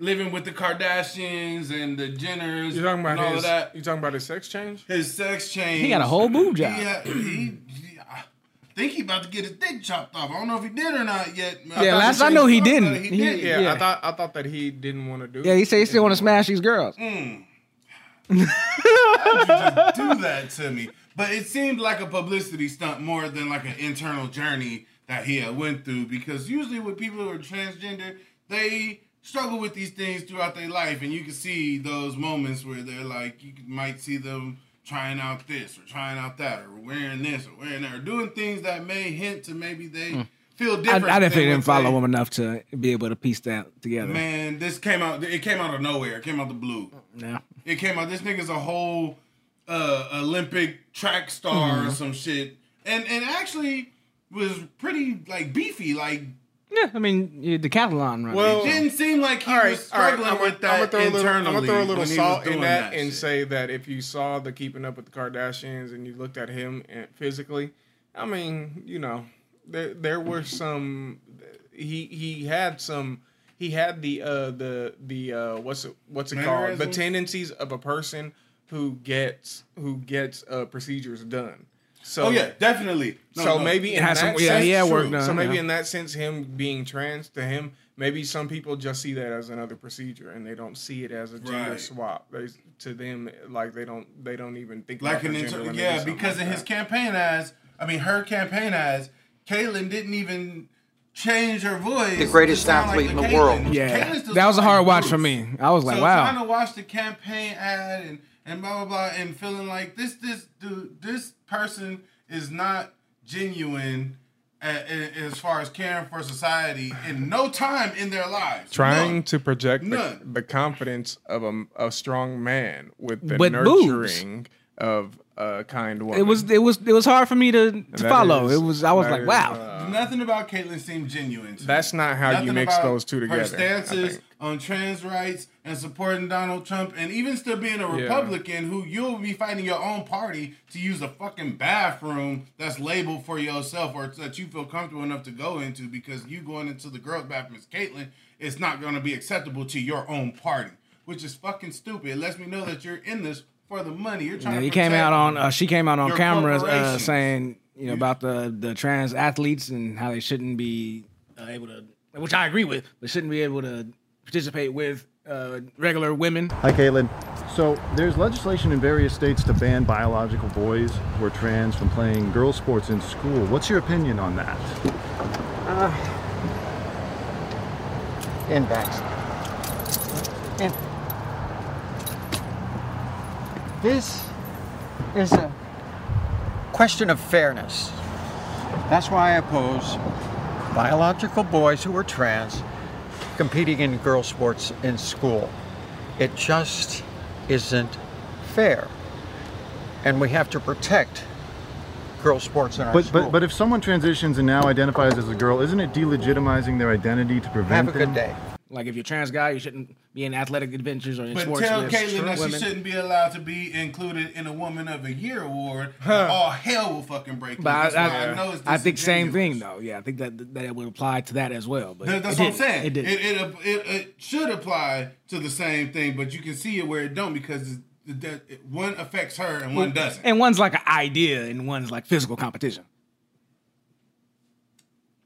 Speaker 2: living with the Kardashians and the Jenners
Speaker 1: you talking about
Speaker 2: and all
Speaker 1: his?
Speaker 2: of that.
Speaker 1: You talking about his sex change?
Speaker 2: His sex change.
Speaker 3: He got a whole boob job.
Speaker 2: Yeah, he, he- I think he about to get his dick chopped off. I don't know if he did or not yet. I
Speaker 3: Yeah,
Speaker 2: thought
Speaker 3: last
Speaker 2: said
Speaker 3: I know he
Speaker 2: thought
Speaker 3: didn't.
Speaker 2: that He
Speaker 3: He-
Speaker 2: did.
Speaker 1: Yeah,
Speaker 3: Yeah.
Speaker 1: I thought I thought that he didn't want to do.
Speaker 3: Yeah,
Speaker 1: it.
Speaker 3: he said he still want to smash these girls.
Speaker 2: Mm. do that to me. But it seemed like a publicity stunt more than like an internal journey that he had went through because usually with people who are transgender, they struggle with these things throughout their life and you can see those moments where they're like you might see them trying out this or trying out that or wearing this or wearing that or doing things that may hint to maybe they feel
Speaker 3: Hmm. I,
Speaker 2: different.
Speaker 3: I didn't
Speaker 2: than
Speaker 3: think they didn't
Speaker 2: what
Speaker 3: follow
Speaker 2: they-
Speaker 3: him enough to be able to piece that together.
Speaker 2: Man, this came out it came out of nowhere. It came out the blue.
Speaker 3: Yeah.
Speaker 2: It came out. This nigga's a whole uh, Olympic track star
Speaker 1: Mm-hmm.
Speaker 2: or some shit, and and actually was pretty like beefy. Like
Speaker 3: yeah, I mean yeah, decathlon, right?
Speaker 1: Well,
Speaker 2: didn't seem like he
Speaker 1: All right,
Speaker 2: was
Speaker 1: all right.
Speaker 2: struggling
Speaker 1: I'm gonna-
Speaker 2: with that
Speaker 1: I'm gonna throw a little, I'm
Speaker 2: internally.
Speaker 1: gonna throw a little
Speaker 2: when he was
Speaker 1: salt in
Speaker 2: doing
Speaker 1: that, and
Speaker 2: shit.
Speaker 1: say that if you saw the Keeping Up with the Kardashians and you looked at him and physically, I eh, mean, you know, there there were some he he had some he had the uh the the uh what's it what's it called the
Speaker 2: Mannerisms?
Speaker 1: tendencies of a person who gets who gets uh procedures done so
Speaker 2: Oh yeah, definitely. No,
Speaker 1: so
Speaker 2: no.
Speaker 1: maybe in
Speaker 3: Had
Speaker 1: that
Speaker 3: some-
Speaker 1: sense,
Speaker 3: yeah, he had work
Speaker 1: true.
Speaker 3: done,
Speaker 1: so maybe
Speaker 3: yeah.
Speaker 1: in that sense, him being trans to him, maybe some people just see that as another procedure and they don't see it as a gender
Speaker 2: Right.
Speaker 1: swap. They to them like they don't they don't even think
Speaker 2: like
Speaker 1: about
Speaker 2: an
Speaker 1: their
Speaker 2: inter-
Speaker 1: gender when they do
Speaker 2: yeah,
Speaker 1: something
Speaker 2: because
Speaker 1: like
Speaker 2: in
Speaker 1: that.
Speaker 2: his campaign eyes, I mean her campaign eyes, Caitlyn didn't even change her voice.
Speaker 4: The greatest
Speaker 2: to sound
Speaker 4: athlete in the
Speaker 2: Caitlyn.
Speaker 4: world.
Speaker 3: Yeah,
Speaker 2: Caitlyn still
Speaker 3: that was a
Speaker 2: sound
Speaker 3: hard
Speaker 2: like
Speaker 3: watch
Speaker 2: Bruce.
Speaker 3: for me. I was like,
Speaker 2: so
Speaker 3: wow.
Speaker 2: trying to watch the campaign ad and and blah blah blah and feeling like this this dude this person is not genuine a- a- as far as caring for society in no time in their lives.
Speaker 1: trying
Speaker 2: None.
Speaker 1: to project the,
Speaker 2: None.
Speaker 1: the confidence of a, a strong man with the
Speaker 3: With boobs.
Speaker 1: nurturing of a kind woman.
Speaker 3: It was it was it was hard for me to, to
Speaker 1: That
Speaker 3: follow.
Speaker 1: is-
Speaker 3: it was I was
Speaker 1: that
Speaker 3: like,
Speaker 1: is,
Speaker 3: wow.
Speaker 1: uh,
Speaker 2: Nothing about Caitlyn seemed genuine. To me.
Speaker 1: that's not how
Speaker 2: Nothing
Speaker 1: you mix
Speaker 2: about
Speaker 1: those two together.
Speaker 2: Her
Speaker 1: I
Speaker 2: stances
Speaker 1: think.
Speaker 2: on trans rights and supporting Donald Trump, and even still being a Republican who you'll be fighting your own party to use a fucking bathroom that's labeled for yourself or that you feel comfortable enough to go into because you going into the girls' bathroom as Caitlyn is not going to be acceptable to your own party, which is fucking stupid. It lets me know that you're in this for the money. You're trying.
Speaker 3: Yeah,
Speaker 2: to
Speaker 3: he came out on
Speaker 2: protect-
Speaker 3: uh, she came out on
Speaker 2: your
Speaker 3: camera uh,
Speaker 2: corporations.
Speaker 3: saying you know about the the trans athletes and how they shouldn't be uh, able to, which I agree with, but shouldn't be able to participate with uh, regular women.
Speaker 5: Hi, Caitlin. So, there's legislation in various states to ban biological boys who are trans from playing girl sports in school. What's your opinion on that?
Speaker 6: and vaccinated. And this is a
Speaker 4: Question of fairness. That's why I oppose biological boys who are trans competing in girl sports in school. It just isn't fair. And we have to protect girl sports in our
Speaker 5: But,
Speaker 4: school.
Speaker 5: but, but if someone transitions and now identifies as a girl, isn't it delegitimizing their identity to prevent
Speaker 4: have a good
Speaker 5: them?
Speaker 4: day.
Speaker 3: Like if you're a trans guy, you shouldn't be in athletic adventures or in
Speaker 2: But
Speaker 3: sports
Speaker 2: tell
Speaker 3: with
Speaker 2: Caitlyn that
Speaker 3: women.
Speaker 2: she shouldn't be allowed to be included in a Woman of the Year award. and All hell will fucking break. loose.
Speaker 3: But
Speaker 2: That's
Speaker 3: I,
Speaker 2: why
Speaker 3: I,
Speaker 2: know it's
Speaker 3: I think same
Speaker 2: disingenuous.
Speaker 3: thing though. Yeah, I think that that it would apply to that as well. But
Speaker 2: Th- That's
Speaker 3: it
Speaker 2: what I'm
Speaker 3: didn't.
Speaker 2: saying.
Speaker 3: It
Speaker 2: It,
Speaker 3: did.
Speaker 2: it,
Speaker 3: not
Speaker 2: it, it should apply to the same thing, but you can see it where it don't because it- that it- one affects her and one doesn't.
Speaker 3: And one's like an idea, and one's like physical competition.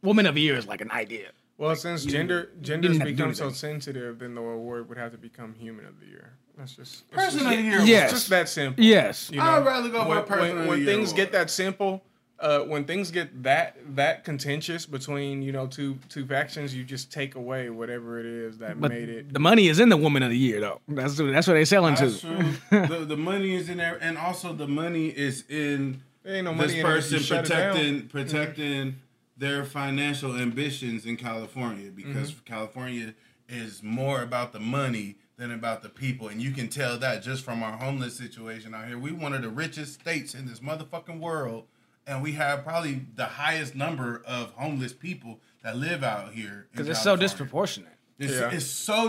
Speaker 3: Woman of the year is like an idea.
Speaker 1: Well, since gender gender's
Speaker 3: didn't have to do
Speaker 1: become so
Speaker 3: anything.
Speaker 1: sensitive, then the award would have to become Human of the Year. That's just it's
Speaker 2: person
Speaker 1: just-
Speaker 2: of the year.
Speaker 3: Yes.
Speaker 1: It's just that simple.
Speaker 3: Yes.
Speaker 1: You
Speaker 2: I'd rather go for
Speaker 1: when,
Speaker 2: a person
Speaker 1: when-
Speaker 2: of the
Speaker 1: when
Speaker 2: year
Speaker 1: things
Speaker 2: award.
Speaker 1: get that simple. Uh, when things get that that contentious between you know two two factions, you just take away whatever it is that
Speaker 3: But
Speaker 1: made it.
Speaker 3: the money is in the woman of the year, though. That's that's what they're selling
Speaker 2: That's
Speaker 3: to.
Speaker 2: true. the, the money is in there, and also the money is in
Speaker 1: There ain't no money
Speaker 2: this
Speaker 1: in there if you
Speaker 2: person
Speaker 1: shut it down. Mm-hmm.
Speaker 2: protecting protecting their financial ambitions in California because
Speaker 1: Mm-hmm.
Speaker 2: California is more about the money than about the people, and you can tell that just from our homeless situation out here. We one of the richest states in this motherfucking world, and we have probably the highest number of homeless people that live out here
Speaker 3: Because it's so
Speaker 2: disproportionate.
Speaker 3: disproportionate.
Speaker 2: It's,
Speaker 1: Yeah.
Speaker 2: it's so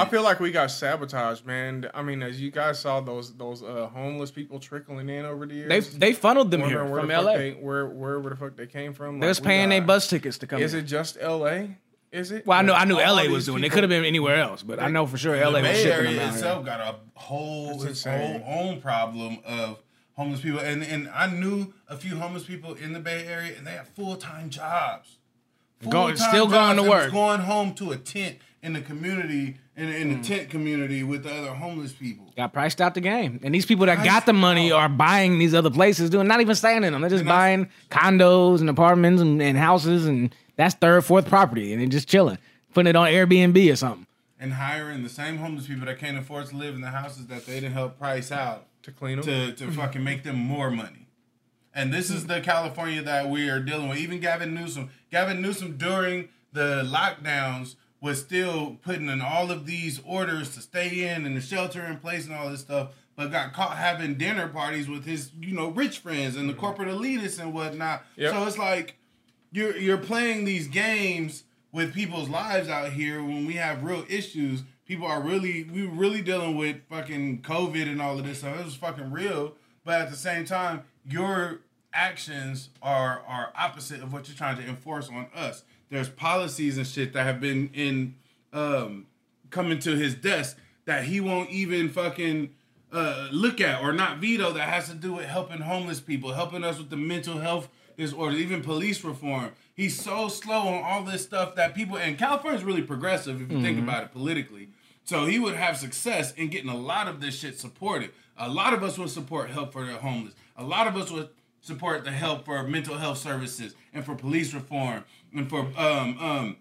Speaker 1: I feel like we got sabotaged, man. I mean, as you guys saw those those uh, homeless people trickling in over the years,
Speaker 3: They they funneled them here
Speaker 1: wondering where
Speaker 3: from
Speaker 1: the fuck
Speaker 3: LA.
Speaker 1: they,
Speaker 3: They
Speaker 1: where where where the fuck they came from. Like,
Speaker 3: was
Speaker 1: we
Speaker 3: paying their
Speaker 1: got-
Speaker 3: bus tickets to come.
Speaker 1: Is
Speaker 3: in.
Speaker 1: it just L.A.? Is it?
Speaker 3: well, I knew I knew
Speaker 1: All
Speaker 3: LA was
Speaker 1: these
Speaker 3: doing. it
Speaker 1: people-
Speaker 3: could have been anywhere else, but I know for sure LA
Speaker 2: the
Speaker 3: was
Speaker 2: Bay
Speaker 3: shipping
Speaker 2: Area
Speaker 3: them out. here.
Speaker 2: itself got a whole
Speaker 1: That's
Speaker 2: its
Speaker 1: insane.
Speaker 2: whole own problem of homeless people, and and I knew a few homeless people in the Bay Area, and they have full time jobs.
Speaker 3: Going-
Speaker 2: Full-time
Speaker 3: still going to
Speaker 2: jobs that was
Speaker 3: work.
Speaker 2: going home to a tent in the community, in, in
Speaker 3: Mm.
Speaker 2: the tent community with the other homeless people.
Speaker 3: Got priced out the game, and these people that got
Speaker 2: Priced
Speaker 3: the money
Speaker 2: out.
Speaker 3: are buying these other places, doing not even staying in them. They're just
Speaker 2: And that's-
Speaker 3: buying condos and apartments and, and houses, and that's third, fourth property, and they're just chilling, putting it on Airbnb or something.
Speaker 2: and hiring the same homeless people that can't afford to live in the houses that they didn't help price out
Speaker 1: To clean 'em?
Speaker 2: to to fucking make them more money. And this is the California that we are dealing with. Even Gavin Newsom, Gavin Newsom during the lockdowns was still putting in all of these orders to stay in and the shelter in place and all this stuff, but got caught having dinner parties with his you know rich friends and the corporate elitists and whatnot.
Speaker 1: Yep.
Speaker 2: So it's like you're you're playing these games with people's lives out here when we have real issues. People are really we really dealing with fucking COVID and all of this stuff. It was fucking real, but at the same time, you're actions are are opposite of what you're trying to enforce on us. There's policies and shit that have been in um coming to his desk that he won't even fucking uh, look at or not veto that has to do with helping homeless people, helping us with the mental health disorder, even police reform. He's so slow on all this stuff that people and California's really progressive if you think about it politically. So he would have success in getting a lot of this shit supported. A lot of us would support help for the homeless. A lot of us would support the help for mental health services and for police reform and for um um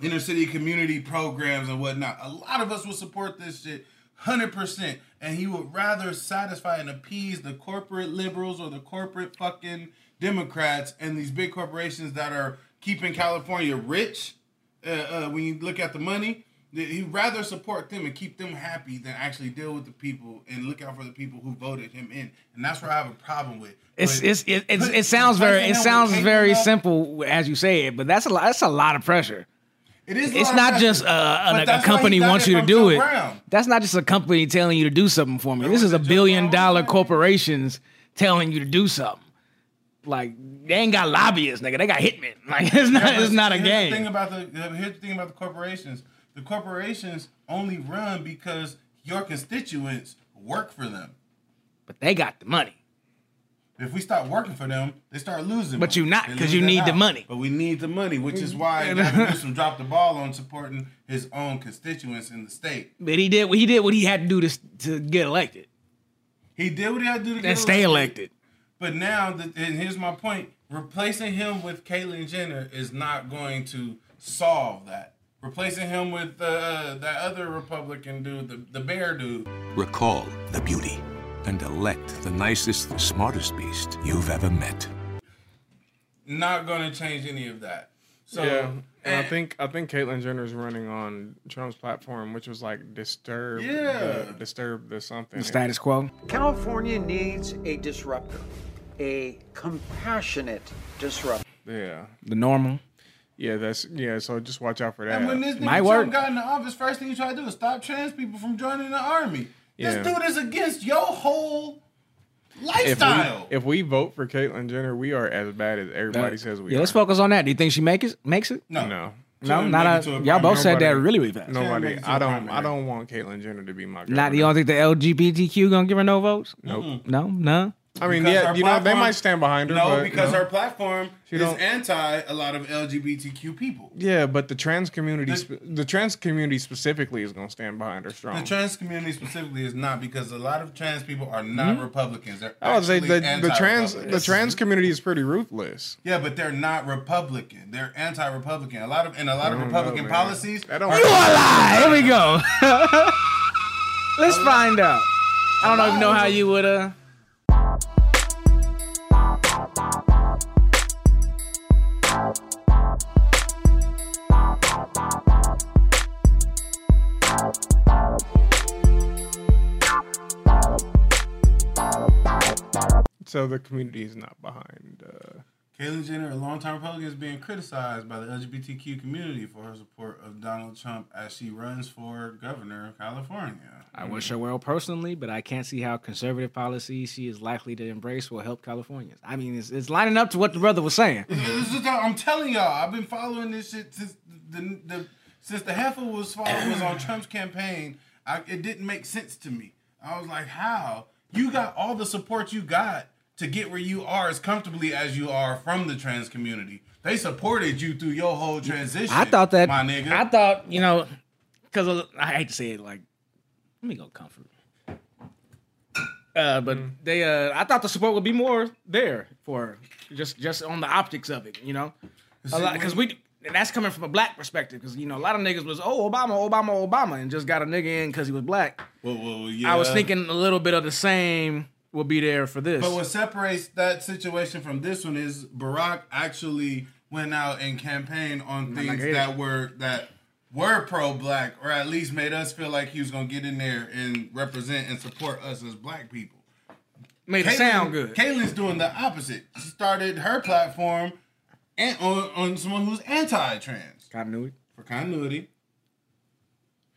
Speaker 2: inner city community programs and whatnot. A lot of us will support this shit 100%. And he would rather satisfy and appease the corporate liberals or the corporate fucking Democrats and these big corporations that are keeping California rich. Uh, uh, when you look at the money, th- he'd rather support them and keep them happy than actually deal with the people and look out for the people who voted him in. And that's where I have a problem with.
Speaker 3: It's,
Speaker 2: But-
Speaker 3: it's, it, it's,
Speaker 2: put-
Speaker 3: it sounds very
Speaker 2: placing
Speaker 3: it
Speaker 2: him
Speaker 3: sounds
Speaker 2: with
Speaker 3: very
Speaker 2: Kate
Speaker 3: simple as you say it, but that's a lot that's a lot of pressure.
Speaker 2: It is. a
Speaker 3: It's
Speaker 2: lot of
Speaker 3: not
Speaker 2: pressure.
Speaker 3: just uh,
Speaker 2: But
Speaker 3: an, a
Speaker 2: that's why he
Speaker 3: company
Speaker 2: got
Speaker 3: wants
Speaker 2: it
Speaker 3: you to
Speaker 2: from
Speaker 3: do
Speaker 2: Joe
Speaker 3: it.
Speaker 2: Brown.
Speaker 3: That's not just a company telling you to do something for me. This is
Speaker 2: was
Speaker 3: a
Speaker 2: it Joe
Speaker 3: billion
Speaker 2: Brown?
Speaker 3: dollar corporations telling you to do something. Like they ain't got lobbyists, nigga. They got hitmen. Like it's not
Speaker 2: Yeah,
Speaker 3: it's
Speaker 2: but
Speaker 3: not a
Speaker 2: here's The thing
Speaker 3: game.
Speaker 2: about the uh, here's the thing about the corporations. The corporations only run because your constituents work for them.
Speaker 3: But they got the money.
Speaker 2: If we stop working for them, they start losing.
Speaker 3: But
Speaker 2: money.
Speaker 3: you not,
Speaker 2: They
Speaker 3: 'cause
Speaker 2: lose
Speaker 3: you
Speaker 2: their
Speaker 3: need the
Speaker 2: house.
Speaker 3: money. Mm.
Speaker 2: But we need the money, which is why Gavin Newsom dropped the ball on supporting his own constituents in the state.
Speaker 3: But he did he did what he had to do to to get elected
Speaker 2: He did what he had to do to get
Speaker 3: and stay elected.
Speaker 2: But now, the, and here's my point: replacing him with Caitlyn Jenner is not going to solve that. Replacing him with uh, that other Republican dude, the, the bear dude,
Speaker 7: Recall the beauty and elect the nicest, smartest beast you've ever met.
Speaker 2: not going to change any of that. So,
Speaker 1: yeah, and I think
Speaker 2: think
Speaker 1: I think Caitlyn Jenner is running on Trump's platform, which was like disturb,
Speaker 2: Yeah.
Speaker 1: the, disturb the something.
Speaker 3: Status quo.
Speaker 4: California needs a disruptor, a compassionate disruptor.
Speaker 1: Yeah,
Speaker 3: The normal.
Speaker 1: yeah, that's yeah. So just watch out for that.
Speaker 2: and when this nigga
Speaker 3: My
Speaker 2: Trump
Speaker 3: word.
Speaker 2: got in the office, first thing he tried to do is stop trans people from joining the army.
Speaker 1: Yeah.
Speaker 2: This dude is against your whole
Speaker 1: if
Speaker 2: lifestyle.
Speaker 1: we, if we vote for Caitlyn Jenner, we are as bad as everybody says we
Speaker 3: yeah,
Speaker 1: are.
Speaker 3: let's focus on that. Do you think she make it, makes it?
Speaker 1: No,
Speaker 2: no,
Speaker 3: No,
Speaker 2: Shouldn't
Speaker 3: not
Speaker 2: make it to
Speaker 3: a,
Speaker 2: a
Speaker 3: y'all both
Speaker 2: primary.
Speaker 3: said that
Speaker 1: Nobody-
Speaker 3: really, really fast.
Speaker 2: make
Speaker 1: nobody.
Speaker 2: it to
Speaker 1: I
Speaker 2: a
Speaker 1: don't. I
Speaker 2: primary.
Speaker 1: don't want Caitlyn Jenner to be my.
Speaker 3: Not you
Speaker 1: governor.
Speaker 3: don't think the LGBTQ gonna give her no votes?
Speaker 1: Nope.
Speaker 3: No, no.
Speaker 1: I mean,
Speaker 2: Because
Speaker 1: yeah,
Speaker 2: her
Speaker 1: you know, they
Speaker 2: platform-
Speaker 1: might stand behind her.
Speaker 2: No,
Speaker 1: but,
Speaker 2: because
Speaker 1: you know.
Speaker 2: her platform is
Speaker 1: don't-
Speaker 2: anti a lot of LGBTQ people.
Speaker 1: Yeah, but the trans community,
Speaker 2: The-
Speaker 1: sp- the trans community specifically, is going to stand behind her strong.
Speaker 2: The trans community specifically is not because a lot of trans people are not Republicans. They're
Speaker 1: Hmm? I would say
Speaker 2: actually
Speaker 1: the, the trans the
Speaker 2: anti-Republican.
Speaker 1: trans community is pretty ruthless.
Speaker 2: Yeah, but they're not Republican. They're anti-Republican. A lot of and a lot of Republican
Speaker 1: man.
Speaker 2: policies.
Speaker 1: I don't-
Speaker 2: are-
Speaker 1: You are
Speaker 3: Ah, here we go. Let's find out. I don't even know how you would uh
Speaker 1: So the community is not behind. Uh,
Speaker 2: Caitlyn Jenner, a longtime Republican, is being criticized by the LGBTQ community for her support of Donald Trump as she runs for governor of California.
Speaker 3: I wish her well personally, but I can't see how conservative policies she is likely to embrace will help Californians. I mean, it's, it's lining up to what the brother was saying.
Speaker 2: This is how- I'm telling y'all, I've been following this shit since the, the since the heifer was follow, was on Trump's campaign. I, it didn't make sense to me. I was like, how you got all the support you got to get where you are as comfortably as you are from the trans community. They supported you through your whole transition.
Speaker 3: I thought that
Speaker 2: my nigga.
Speaker 3: I thought you know, because I hate to say it, like let me go comfort. Uh, but they, uh, I thought the support would be more there for her, just just on the optics of it, you know, a lot because we. And that's coming from a black perspective, because you know a lot of niggas was oh Obama, Obama, Obama, and just got a nigga in because he was black.
Speaker 2: Whoa, whoa, yeah.
Speaker 3: I was thinking a little bit of the same would be there for this.
Speaker 2: But what separates that situation from this one is Barack actually went out and campaigned on things
Speaker 3: hated.
Speaker 2: that were that were pro-black, or at least made us feel like he was gonna get in there and represent and support us as black people.
Speaker 3: made it sound good.
Speaker 2: Kaylin's doing the opposite. She started her platform and on, on someone who's anti-trans
Speaker 3: Continuity.
Speaker 2: for continuity.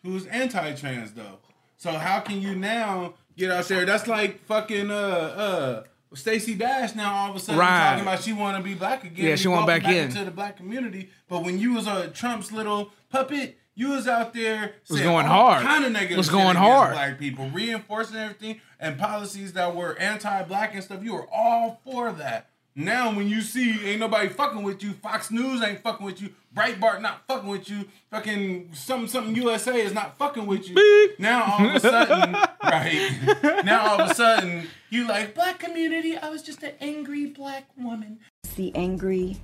Speaker 2: Who's anti-trans though? So how can you now get out there? That's like fucking uh uh Stacey Dash now all of a sudden
Speaker 3: Right.
Speaker 2: talking about she want to be black again.
Speaker 3: Yeah,
Speaker 2: We
Speaker 3: she want
Speaker 2: welcome
Speaker 3: back in.
Speaker 2: into the black community. But when you was a Trump's little puppet, you was out there was
Speaker 3: going hard.
Speaker 2: kind of negative,
Speaker 3: Was
Speaker 2: shit
Speaker 3: going
Speaker 2: against
Speaker 3: hard.
Speaker 2: black people, reinforcing everything and policies that were anti-black and stuff. You were all for that. Now when you see ain't nobody fucking with you, Fox News ain't fucking with you, Breitbart not fucking with you, fucking something something USA is not fucking with you. Now all of a sudden, right? Now all of a sudden you like black community. I was just an angry black woman.
Speaker 8: the angry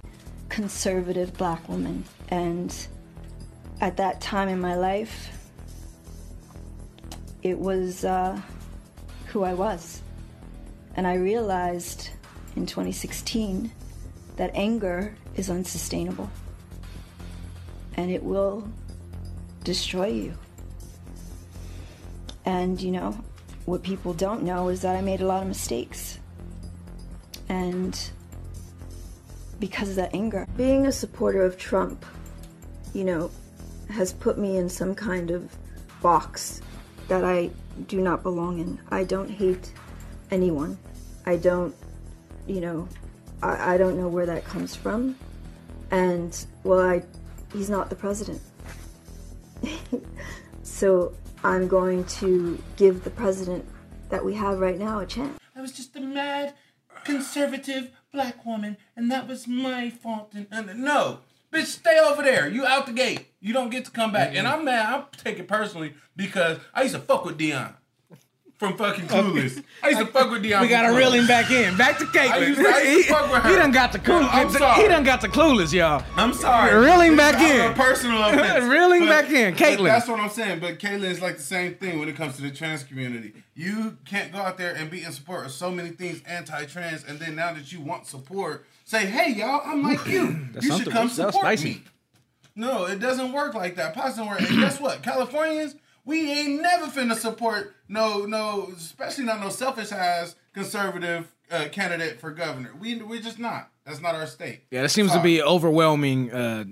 Speaker 8: conservative black woman. And at that time in my life, it was uh, who I was. And I realized in 2016 that anger is unsustainable and it will destroy you. And you know, what people don't know is that I made a lot of mistakes. And because of that anger. Being a supporter of Trump, you know, has put me in some kind of box that I do not belong in. I don't hate anyone. I don't, you know, I, I don't know where that comes from. And, well, I, he's not the president. so I'm going to give the president that we have right now a chance.
Speaker 2: I was just a mad conservative black woman, and that was my fault. And, and- no, bitch, stay over there. You out the gate. You don't get to come back. And I'm mad. I take it personally because I used to fuck with Dion from fucking Clueless. I used to fuck with Dion.
Speaker 3: We gotta
Speaker 2: from
Speaker 3: reel
Speaker 2: Clueless.
Speaker 3: him back in. Back to
Speaker 2: I
Speaker 3: Caitlyn.
Speaker 2: used to- I used to fuck with her.
Speaker 3: He done got the clueless.
Speaker 2: I'm sorry.
Speaker 3: He done got the clueless, y'all.
Speaker 2: I'm sorry.
Speaker 3: Reeling back
Speaker 2: That was
Speaker 3: in.
Speaker 2: a personal offense.
Speaker 3: Reeling back in.
Speaker 2: but
Speaker 3: Caitlyn.
Speaker 2: That's what I'm saying. But Caitlyn is like the same thing when it comes to the trans community. You can't go out there and be in support of so many things anti-trans, and then now that you want support, say, "Hey, y'all, I'm like you. you should
Speaker 3: something-
Speaker 2: come
Speaker 3: that was
Speaker 2: support
Speaker 3: spicy.
Speaker 2: me." No, it doesn't work like that. Pots don't work. And guess what? Californians, we ain't never finna support no, no, especially not no selfish ass conservative uh, candidate for governor. We we're just not. That's not our state.
Speaker 3: Yeah, that seems to
Speaker 2: Sorry.
Speaker 3: be overwhelming. Uh,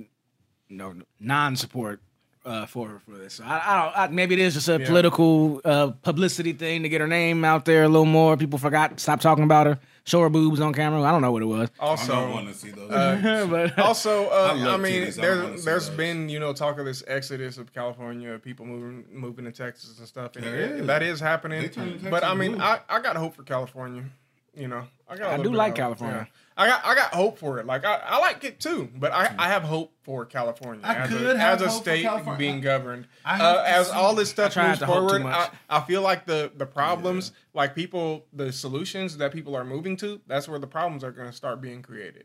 Speaker 3: no, non-support uh, for for this. I, I don't. I, maybe it is just a political uh, publicity thing to get her name out there a little more. People forgot. Stop talking about her. Show her boobs on camera. I don't know what it was.
Speaker 1: Oh,
Speaker 2: I
Speaker 1: Also,
Speaker 2: want to see those.
Speaker 1: also, uh,
Speaker 2: I
Speaker 1: I,
Speaker 2: love
Speaker 1: mean,
Speaker 2: titties. I don't wanna
Speaker 1: there's
Speaker 2: see
Speaker 1: there's
Speaker 2: those.
Speaker 1: been you know talk of this exodus of California, people moving moving to Texas and stuff, and
Speaker 2: There
Speaker 1: it-
Speaker 2: is.
Speaker 1: that is
Speaker 2: They
Speaker 1: happening.
Speaker 2: turning
Speaker 1: But I
Speaker 2: Texas
Speaker 1: mean,
Speaker 2: blue.
Speaker 1: I, I got hope for California. You know, I got. a
Speaker 3: I
Speaker 1: little
Speaker 3: do
Speaker 1: bit
Speaker 3: like
Speaker 1: of hope,
Speaker 3: California.
Speaker 1: yeah. I got I got hope for it. Like I, I like it too, but I, I have hope for California
Speaker 2: I
Speaker 1: as
Speaker 2: could
Speaker 1: a, as
Speaker 2: have
Speaker 1: a
Speaker 2: hope for
Speaker 1: state
Speaker 2: California.
Speaker 1: being governed.
Speaker 2: I have
Speaker 1: Uh,
Speaker 2: to
Speaker 1: as
Speaker 2: see-
Speaker 1: all this stuff
Speaker 3: I try
Speaker 1: moves
Speaker 3: not to hope too
Speaker 1: forward, I,
Speaker 3: much.
Speaker 1: I feel like the the problems, like people, the solutions that people are moving to, that's where the problems are going to start being created.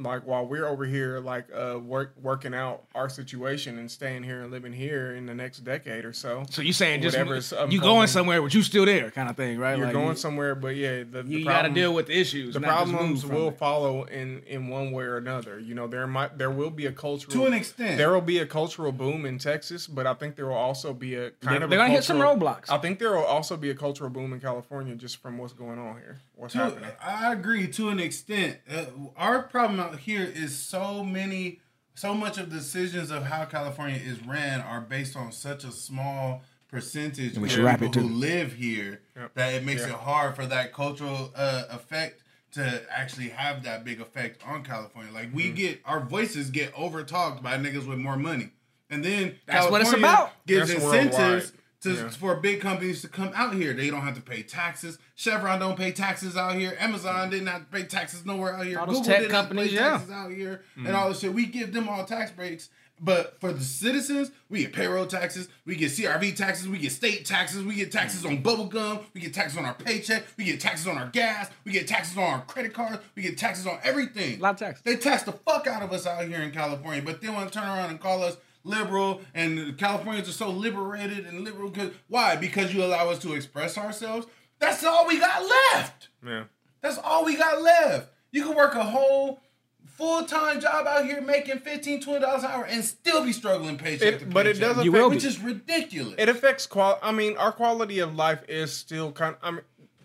Speaker 1: Like while we're over here, like uh, work working out our situation and staying here and living here in the next decade or so.
Speaker 3: So you saying just
Speaker 1: Whatever is
Speaker 3: you
Speaker 1: unfolding.
Speaker 3: going somewhere, but you still there, kind of thing, right?
Speaker 1: You're
Speaker 3: Like,
Speaker 1: going somewhere, but yeah, the, the
Speaker 3: You, got to
Speaker 1: problem-
Speaker 3: deal with the issues.
Speaker 1: the
Speaker 3: not just move
Speaker 1: problems
Speaker 3: from
Speaker 1: will
Speaker 3: it.
Speaker 1: follow in in one way or another. You know, there might there will be a cultural
Speaker 2: To an extent.
Speaker 1: There will be a cultural boom in Texas, but I think there will also be a kind
Speaker 3: They're-
Speaker 1: of
Speaker 3: they're
Speaker 1: a
Speaker 3: gonna hit some
Speaker 1: cultural-
Speaker 3: roadblocks.
Speaker 1: I think there will also be a cultural boom in California just from what's going on here. What's happening?
Speaker 2: To, I agree to an extent. Uh, our problem out here is so many, so much of decisions of how California is ran are based on such a small percentage of
Speaker 3: should wrap it,
Speaker 2: people
Speaker 3: too.
Speaker 2: who live here that it makes it hard for that cultural uh, effect to actually have that big effect on California. Like we get our voices get overtalked by niggas with more money, and then
Speaker 3: That's what it's
Speaker 2: California
Speaker 3: about.
Speaker 2: Gives
Speaker 1: That's worldwide.
Speaker 2: incentives to,
Speaker 1: Yeah.
Speaker 2: for big companies to come out here. They don't have to pay taxes. Chevron don't pay taxes out here. Amazon didn't have to pay taxes nowhere out here.
Speaker 3: All those
Speaker 2: Google
Speaker 3: tech
Speaker 2: didn't
Speaker 3: companies,
Speaker 2: have to pay
Speaker 3: yeah.
Speaker 2: taxes out here and all this shit. We give them all tax breaks. But for the citizens, we get payroll taxes, we get CRV taxes, we get state taxes, we get taxes on bubble gum, we get taxes on our paycheck, we get taxes on our gas, we get taxes on our credit cards, we get taxes on everything.
Speaker 3: Lot of taxes.
Speaker 2: They tax the fuck out of us out here in California, but they want to turn around and call us liberal. And Californians are so liberated and liberal. 'cause- why? Because you allow us to express ourselves. That's all we got left.
Speaker 1: Yeah.
Speaker 2: That's all we got left. You can work a whole full time job out here making 15 dollars an hour and still be struggling paycheck
Speaker 1: It-
Speaker 2: to
Speaker 1: but it
Speaker 2: paycheck,
Speaker 1: does
Speaker 3: You will
Speaker 2: which
Speaker 3: be.
Speaker 2: is ridiculous.
Speaker 1: it affects qual. I mean, our quality of life is still kind. I mean,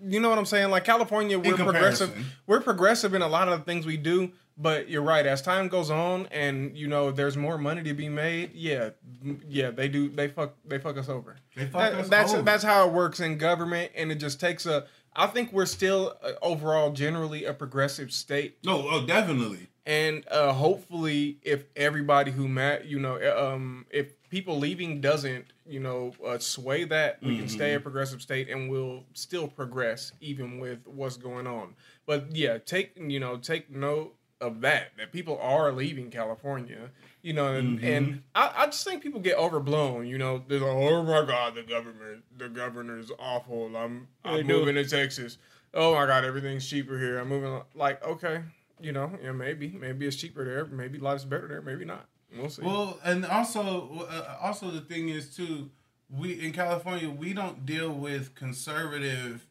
Speaker 1: you know what I'm saying? Like California, we're
Speaker 2: comparison.
Speaker 1: progressive. We're progressive in a lot of the things we do, But you're right. As time goes on, and you know, there's more money to be made. Yeah, m- yeah, they do. They fuck. They fuck us over.
Speaker 2: They fuck
Speaker 1: That-
Speaker 2: us
Speaker 1: that's
Speaker 2: over.
Speaker 1: that's how it works in government, and it just takes a. I think we're still uh, overall generally a progressive state
Speaker 2: No, oh, definitely.
Speaker 1: and uh, hopefully if everybody who met you know uh, um, if people leaving doesn't you know uh, sway that we can stay a progressive state and we'll still progress even with what's going on but yeah take you know take note of that that people are leaving california you know and, and I, I just think people get overblown you know they're like oh my god the government the governor's awful i'm i'm moving to texas oh my god everything's cheaper here i'm moving like okay you know, yeah, maybe, maybe it's cheaper there. Maybe life's better there. Maybe not. We'll see.
Speaker 2: Well, and also, uh, also the thing is too, we in California we don't deal with conservative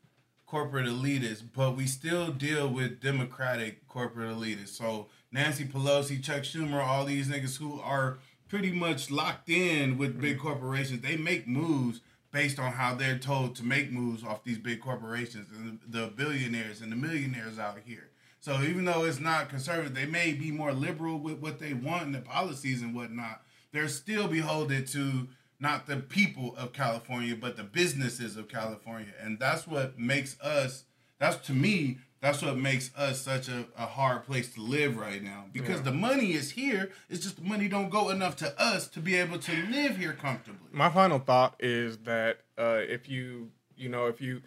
Speaker 2: corporate elitists, but we still deal with democratic corporate elitists. So Nancy Pelosi, Chuck Schumer, all these niggas who are pretty much locked in with big corporations, they make moves based on how they're told to make moves off these big corporations and the billionaires and the millionaires out here. So even though it's not conservative, they may be more liberal with what they want and the policies and whatnot. They're still beholden to not the people of California, but the businesses of California, and that's what makes us. That's to me. That's what makes us such a, a hard place to live right now because the money is here. It's just the money don't go enough to us to be able to live here comfortably.
Speaker 1: my final thought is that uh, if you, you know, if you,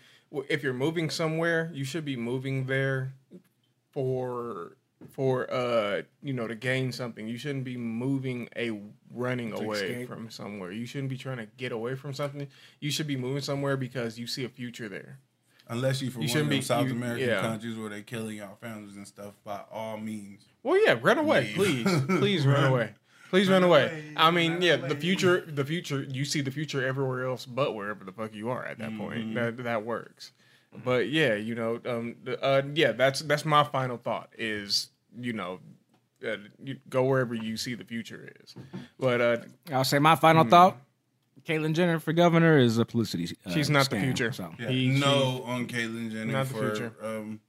Speaker 1: if you're moving somewhere, you should be moving there for for uh you know to gain something you shouldn't be moving a running away from somewhere you shouldn't be trying to get away from something you should be moving somewhere because you see a future there
Speaker 2: Unless you from
Speaker 1: You
Speaker 2: one of
Speaker 1: shouldn't
Speaker 2: them
Speaker 1: be-
Speaker 2: South
Speaker 1: you-
Speaker 2: American
Speaker 1: yeah.
Speaker 2: countries where they're killing y'all families and stuff by all means.
Speaker 1: Well, yeah, run away,
Speaker 2: Leave.
Speaker 1: please, please run away, please run away.
Speaker 2: away,
Speaker 1: I mean,
Speaker 2: run
Speaker 1: yeah,
Speaker 2: away.
Speaker 1: the future, the future, you see the future everywhere else but wherever the fuck you are at that
Speaker 2: Mm-hmm.
Speaker 1: point. That that works, but yeah, you know, um, the- uh, yeah, that's that's my final thought is you know. Uh, you go wherever you see the future is, but uh,
Speaker 3: I'll say my final
Speaker 1: Hmm.
Speaker 3: thought. Caitlyn Jenner for governor is a publicity. uh,
Speaker 1: She's not the
Speaker 3: scam,
Speaker 1: future.
Speaker 3: So.
Speaker 2: Yeah.
Speaker 1: He- she-
Speaker 2: no on Caitlyn Jenner
Speaker 1: Not the
Speaker 2: for
Speaker 1: future.
Speaker 2: um.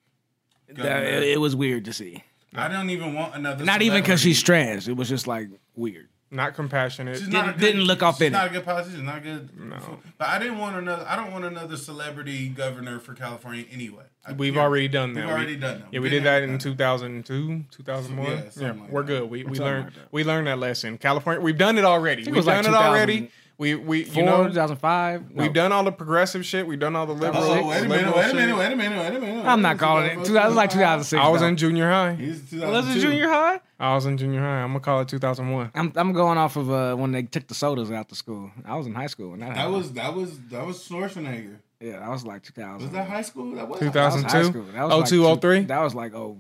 Speaker 3: That- it, it was weird to see.
Speaker 2: I don't even want another.
Speaker 3: Not even because
Speaker 2: celebrity.
Speaker 3: she's trans. It was just like weird.
Speaker 1: not compassionate.
Speaker 2: She's not a
Speaker 3: didn't- didn't look off
Speaker 2: She's
Speaker 3: in
Speaker 2: not a good politician. Not good. No. But I didn't want another. I don't want another celebrity governor for California anyway. I-
Speaker 1: We've
Speaker 2: yeah.
Speaker 1: already done that.
Speaker 2: We've already done that.
Speaker 1: Yeah, we
Speaker 2: Been
Speaker 1: did that
Speaker 2: there,
Speaker 1: in
Speaker 2: done
Speaker 1: 2002, 2001.
Speaker 2: Yeah,
Speaker 1: Yeah,
Speaker 2: something like
Speaker 1: we're
Speaker 2: that.
Speaker 1: good. We we learned
Speaker 3: like that.
Speaker 1: we learned that lesson. California, we've done it already. We've
Speaker 3: was like
Speaker 1: done it already.
Speaker 3: 2004,
Speaker 1: We we you
Speaker 3: Four,
Speaker 1: know
Speaker 3: 2005.
Speaker 1: we've done all the progressive shit. We've done all the liberal.
Speaker 2: Oh, wait a minute!
Speaker 1: liberal
Speaker 2: Wait a
Speaker 1: shit.
Speaker 2: minute! Wait a minute! Wait a minute!
Speaker 3: I'm not calling it. Two, it was like 2006.
Speaker 1: I was
Speaker 3: though.
Speaker 1: in junior high.
Speaker 2: He's 2002.
Speaker 3: Was it junior high?
Speaker 1: I was in junior high. I'm gonna call it 2001.
Speaker 3: I'm I'm going off of uh, when they took the sodas out to school. I was in high school and that,
Speaker 2: That
Speaker 3: happened.
Speaker 2: was that was that was Schwarzenegger.
Speaker 3: yeah, that was like 2000.
Speaker 2: Was that high school? That was
Speaker 3: That was high
Speaker 1: 2002,
Speaker 3: school. That was like
Speaker 1: 02,
Speaker 3: two-
Speaker 1: 03?
Speaker 3: That was like oh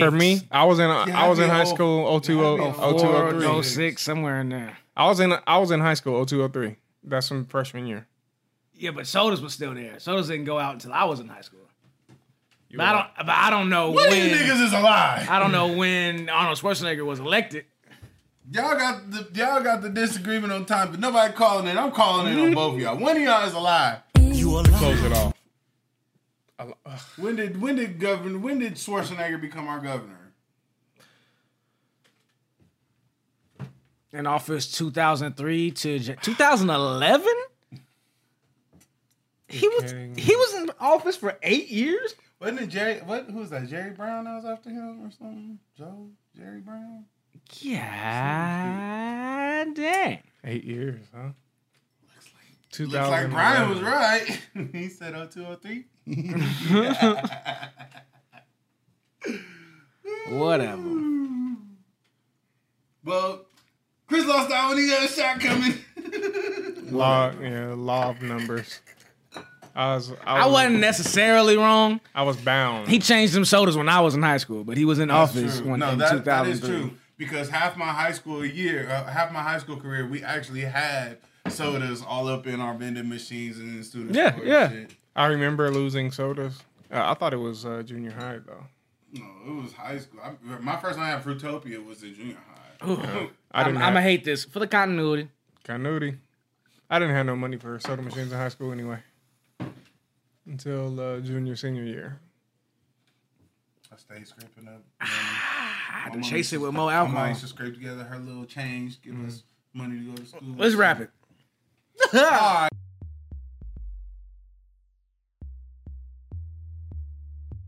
Speaker 1: For me, I was in I was in high
Speaker 2: Yeah,
Speaker 1: school 02
Speaker 3: four,
Speaker 1: 02 03.
Speaker 3: 06, somewhere in there.
Speaker 1: I was in I was in high school 02 03. That's from freshman year.
Speaker 3: Yeah, but sodas was still there. Sodas didn't go out until I was in high school.
Speaker 1: You
Speaker 3: But I don't. But I don't know
Speaker 2: What of you
Speaker 3: when.
Speaker 2: niggas is alive?
Speaker 3: I don't know when Arnold Schwarzenegger was elected.
Speaker 2: Y'all got the y'all got the disagreement on time, but nobody calling it. I'm calling it on both of y'all. One of y'all is alive.
Speaker 1: close it off.
Speaker 2: When did when did govern when did Schwarzenegger become our governor?
Speaker 3: in office 2003 to J- 2011. He was
Speaker 1: kidding me.
Speaker 3: he was in office for eight years.
Speaker 2: Wasn't it Jerry? What? Who was that? Jerry Brown? that was after him or something? Joe Jerry Brown?
Speaker 3: Yeah, dang.
Speaker 1: Eight years, huh? Looks
Speaker 2: Looks like Brian was right. he said 0203.
Speaker 3: Whatever.
Speaker 2: Well, Chris lost out when he got a shot coming.
Speaker 1: Law, yeah, law of numbers. I was, I
Speaker 3: I
Speaker 1: was,
Speaker 3: wasn't necessarily wrong.
Speaker 1: I was bound.
Speaker 3: He changed them sodas when I was in high school, but he was in office when,
Speaker 2: no,
Speaker 3: in
Speaker 2: that, that is
Speaker 3: 2003.
Speaker 2: true because half my high school year, uh, half my high school career, we actually had sodas all up in our vending machines and in student
Speaker 1: Yeah,
Speaker 2: store and
Speaker 1: yeah.
Speaker 2: shit.
Speaker 1: I remember losing sodas. Uh, I thought it was uh, junior high though.
Speaker 2: No, it was high school. I, my first time I had Fruitopia was in junior high.
Speaker 1: I
Speaker 3: I'm,
Speaker 1: didn't
Speaker 3: I'm
Speaker 1: have
Speaker 3: gonna hate this for the continuity.
Speaker 1: continuity. I didn't have no money for soda machines in high school anyway. Until uh, junior senior year.
Speaker 2: I stayed scraping up.
Speaker 3: Ah, I
Speaker 2: My
Speaker 3: had
Speaker 2: mama
Speaker 3: to chase
Speaker 2: used
Speaker 3: it
Speaker 2: to-
Speaker 3: with more
Speaker 2: My mom
Speaker 3: alcohol. Mm-hmm.
Speaker 2: used to scrape together her little change, give us money to go to school.
Speaker 3: Let's wrap it.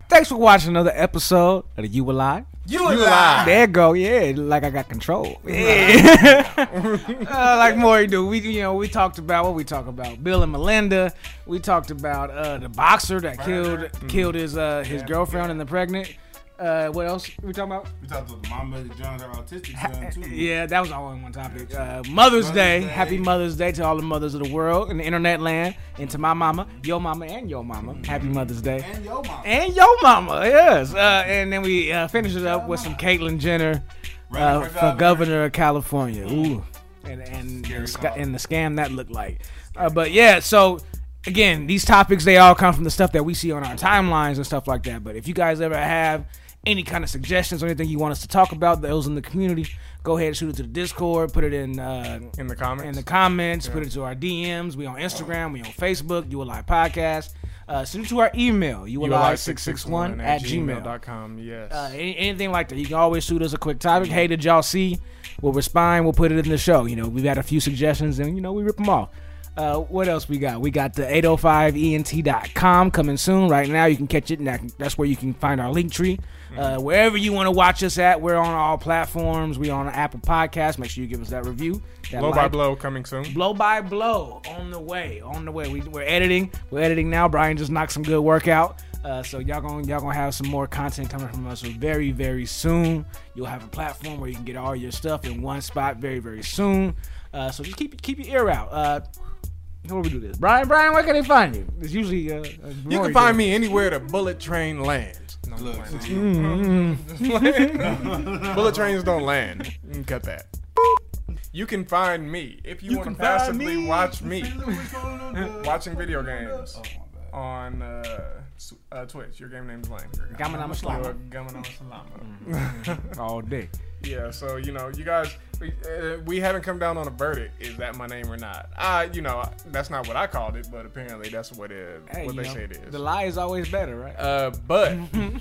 Speaker 3: Thanks for watching another episode of the You Alive.
Speaker 1: You alive.
Speaker 3: There you go, yeah. Like I got control. Yeah. uh, like Maury do. We you know we talked about what we talk about. Bill and Melinda. We talked about uh, the boxer that killed killed his uh, his girlfriend and the pregnant. Uh, what else we talking about?
Speaker 2: We talked to the mama that joined her autistic son too.
Speaker 3: Yeah, that was all on one topic. Uh, Mother's, Day.
Speaker 2: Day.
Speaker 3: Happy Mother's Day to all the mothers of the world in the internet land, and to my mama, your mama, and your mama. Happy Mother's Day.
Speaker 2: And your mama.
Speaker 3: And your mama, yes. Uh, and then we uh, finish it up with some Caitlyn Jenner uh,
Speaker 2: Running for
Speaker 3: for
Speaker 2: governor.
Speaker 3: governor of California. Ooh, and and the, sc- and the scam that looked like. Uh, but yeah, so again, these topics they all come from the stuff that we see on our timelines and stuff like that. But if you guys ever have any kind of suggestions or anything you want us to talk about, those in the community, go ahead and shoot it to the Discord, put it in uh,
Speaker 1: In the comments.
Speaker 3: in the comments. Put it to our DMs. We on Instagram. We on Facebook. You Alive Podcast. Uh, send it to our email. You Alive six six one at gmail.
Speaker 1: gmail.com. Yes.
Speaker 3: Uh, any, anything like that. You can always shoot us a quick topic. Hey, did y'all see? We'll respond. We'll put it in the show. You know, we've had a few suggestions and, you know, we rip them off. Uh, what else we got? We got the E 805ent.com coming soon. Right now, you can catch it. And that- that's where you can find our link tree. Uh, wherever you want to watch us at, we're on all platforms. We're on Apple Podcasts. Make sure you give us that review. That
Speaker 1: blow by
Speaker 3: like.
Speaker 1: blow coming soon.
Speaker 3: Blow by blow on the way, on the way. We, we're editing, we're editing now. Brian just knocked some good work out, uh, so y'all gonna y'all gonna have some more content coming from us very very soon. You'll have a platform where you can get all your stuff in one spot very very soon. Uh, so just keep keep your ear out. Uh, how do we do this, Brian? Brian, where can they find you? It's usually uh,
Speaker 1: You can find me anywhere the bullet train lands. No, I'm
Speaker 2: Look,
Speaker 1: playing.
Speaker 2: see,
Speaker 3: Mm.
Speaker 1: bullet trains don't land. You can Cut that. You can find me if you, want to passively watch me watching
Speaker 3: Oh,
Speaker 1: video games on uh, s- uh, Twitch. Your game name's Lane.
Speaker 3: Gamanama Slama.
Speaker 1: Your Gamanama Slama.
Speaker 3: all day.
Speaker 1: Yeah, so you know, you guys, we, uh, we haven't come down on a verdict. Is that my name or not? I, you know, that's not what I called it, but apparently that's what it,
Speaker 3: Hey,
Speaker 1: what
Speaker 3: you
Speaker 1: they
Speaker 3: know,
Speaker 1: say it is.
Speaker 3: The lie is always better, right?
Speaker 1: Uh, but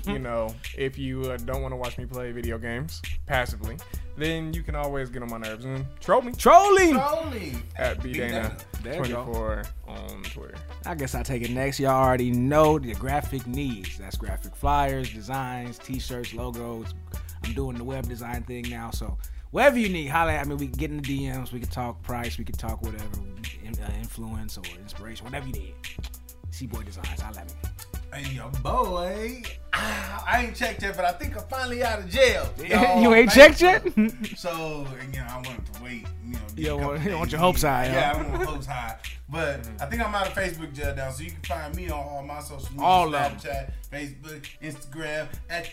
Speaker 1: you know, if you uh, don't want to watch me play video games passively, then you can always get on my nerves and troll me
Speaker 3: Trolling.
Speaker 2: Holy.
Speaker 1: at
Speaker 3: There you go.
Speaker 1: bdana24 on Twitter.
Speaker 3: I guess I take it next. Y'all already know the graphic needs. That's graphic flyers, designs, t-shirts, logos. I'm doing the web design thing now, so whatever you need, holla at me. We can get in the DMs. We can talk price. We can talk whatever in- uh, influence or inspiration, whatever you need. C boy designs. Holla at me.
Speaker 2: And your boy, ah, I ain't checked yet, but I think I'm finally out of jail.
Speaker 3: You ain't
Speaker 2: thank
Speaker 3: checked
Speaker 2: you. so, and, you know, I wanted to wait. You know,
Speaker 3: You don't
Speaker 2: a couple
Speaker 3: want- you don't want
Speaker 2: days.
Speaker 3: your hopes high, huh?
Speaker 2: Yeah, I don't want hopes high. But I think I'm out of Facebook jail now, so you can find me on all my social media,
Speaker 3: All of 'em.
Speaker 2: Snapchat, Facebook, Instagram at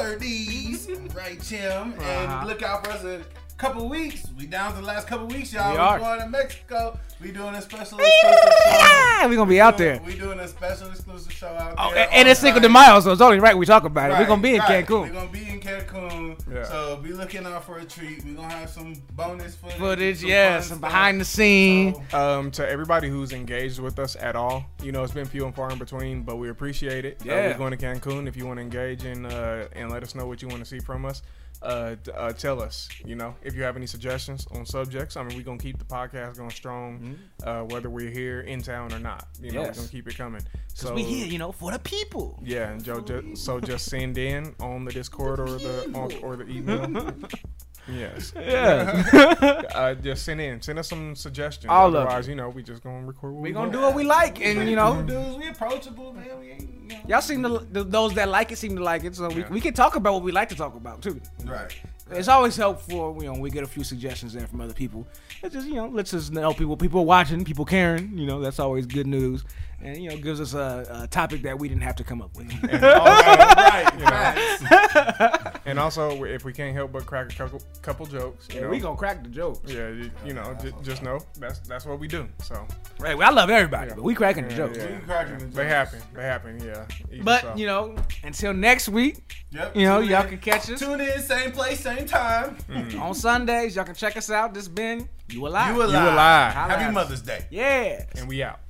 Speaker 2: Surtees, right, Tim?
Speaker 3: Uh-huh.
Speaker 2: And look out for us. A, Couple weeks, we down to the last couple weeks, y'all.
Speaker 3: We
Speaker 2: We
Speaker 3: are.
Speaker 2: going to Mexico. We doing a special exclusive show.
Speaker 3: We're gonna be out there.
Speaker 2: We doing a special exclusive show out
Speaker 3: Oh,
Speaker 2: there.
Speaker 3: and, and it's Cinco de
Speaker 2: Friday.
Speaker 3: Mayo, so it's only right we talk about it. We're
Speaker 2: Right,
Speaker 3: gonna be in
Speaker 2: right.
Speaker 3: Cancun.
Speaker 2: We're gonna be in Cancun.
Speaker 1: Yeah.
Speaker 2: So be looking out for a treat. We're gonna have some bonus footage.
Speaker 3: Footage, yeah,
Speaker 2: fun
Speaker 3: some
Speaker 2: stuff.
Speaker 3: behind the scene.
Speaker 2: So,
Speaker 1: Um, to everybody who's engaged with us at all, you know, it's been few and far in between, but we appreciate it. Uh,
Speaker 3: Yeah.
Speaker 1: we're going to Cancun. If you want to engage and uh, and let us know what you want to see from us, uh, d- uh, tell us. You know, if you have any suggestions on subjects, I mean, we're gonna keep the podcast going strong, uh, whether we're here in town or not. You know,
Speaker 3: Mm-hmm. Yes.
Speaker 1: we're gonna keep it coming. So
Speaker 3: we here, you know, for the people.
Speaker 1: Yeah, and Joe. Ju- so just send in on the Discord or the on, or the email. yes.
Speaker 3: Yeah.
Speaker 1: Uh, just send in. Send us some suggestions.
Speaker 3: All of it.
Speaker 1: Otherwise, you know, we just gonna record. What
Speaker 3: We're
Speaker 1: we
Speaker 3: gonna
Speaker 1: want.
Speaker 3: do what we like, and you know,
Speaker 2: dudes, we approachable, man. We ain't, you know.
Speaker 3: Y'all seem to th- those that like it seem to like it, so we,
Speaker 1: Yeah.
Speaker 3: we can talk about what we like to talk about too.
Speaker 2: Right.
Speaker 3: It's always helpful, you know, when we get a few suggestions in from other people. It just you know lets us know people people watching, people caring. You know, that's always good news, and you know gives us a, a topic that we didn't have to come up with.
Speaker 1: right, and also, if we can't help but crack a couple, couple jokes, you know,
Speaker 3: we gonna crack the jokes.
Speaker 1: yeah, you, you know, j- just know that's that's what we do. So
Speaker 3: Right? Well, I love everybody, but we cracking the
Speaker 1: yeah,
Speaker 3: jokes.
Speaker 1: yeah.
Speaker 2: We cracking the
Speaker 1: they
Speaker 2: jokes.
Speaker 1: happen, they happen, yeah. Even
Speaker 3: But
Speaker 1: so.
Speaker 3: you know, until next week,
Speaker 2: Yep.
Speaker 3: you know,
Speaker 2: Tune
Speaker 3: y'all
Speaker 2: in.
Speaker 3: can catch us
Speaker 2: Tune in, same place, same time.
Speaker 3: on Sundays. Y'all can check us out. This been you alive.
Speaker 2: You alive.
Speaker 1: alive.
Speaker 3: Holla at us.
Speaker 2: Happy Mother's Day.
Speaker 3: Yeah.
Speaker 1: and we out.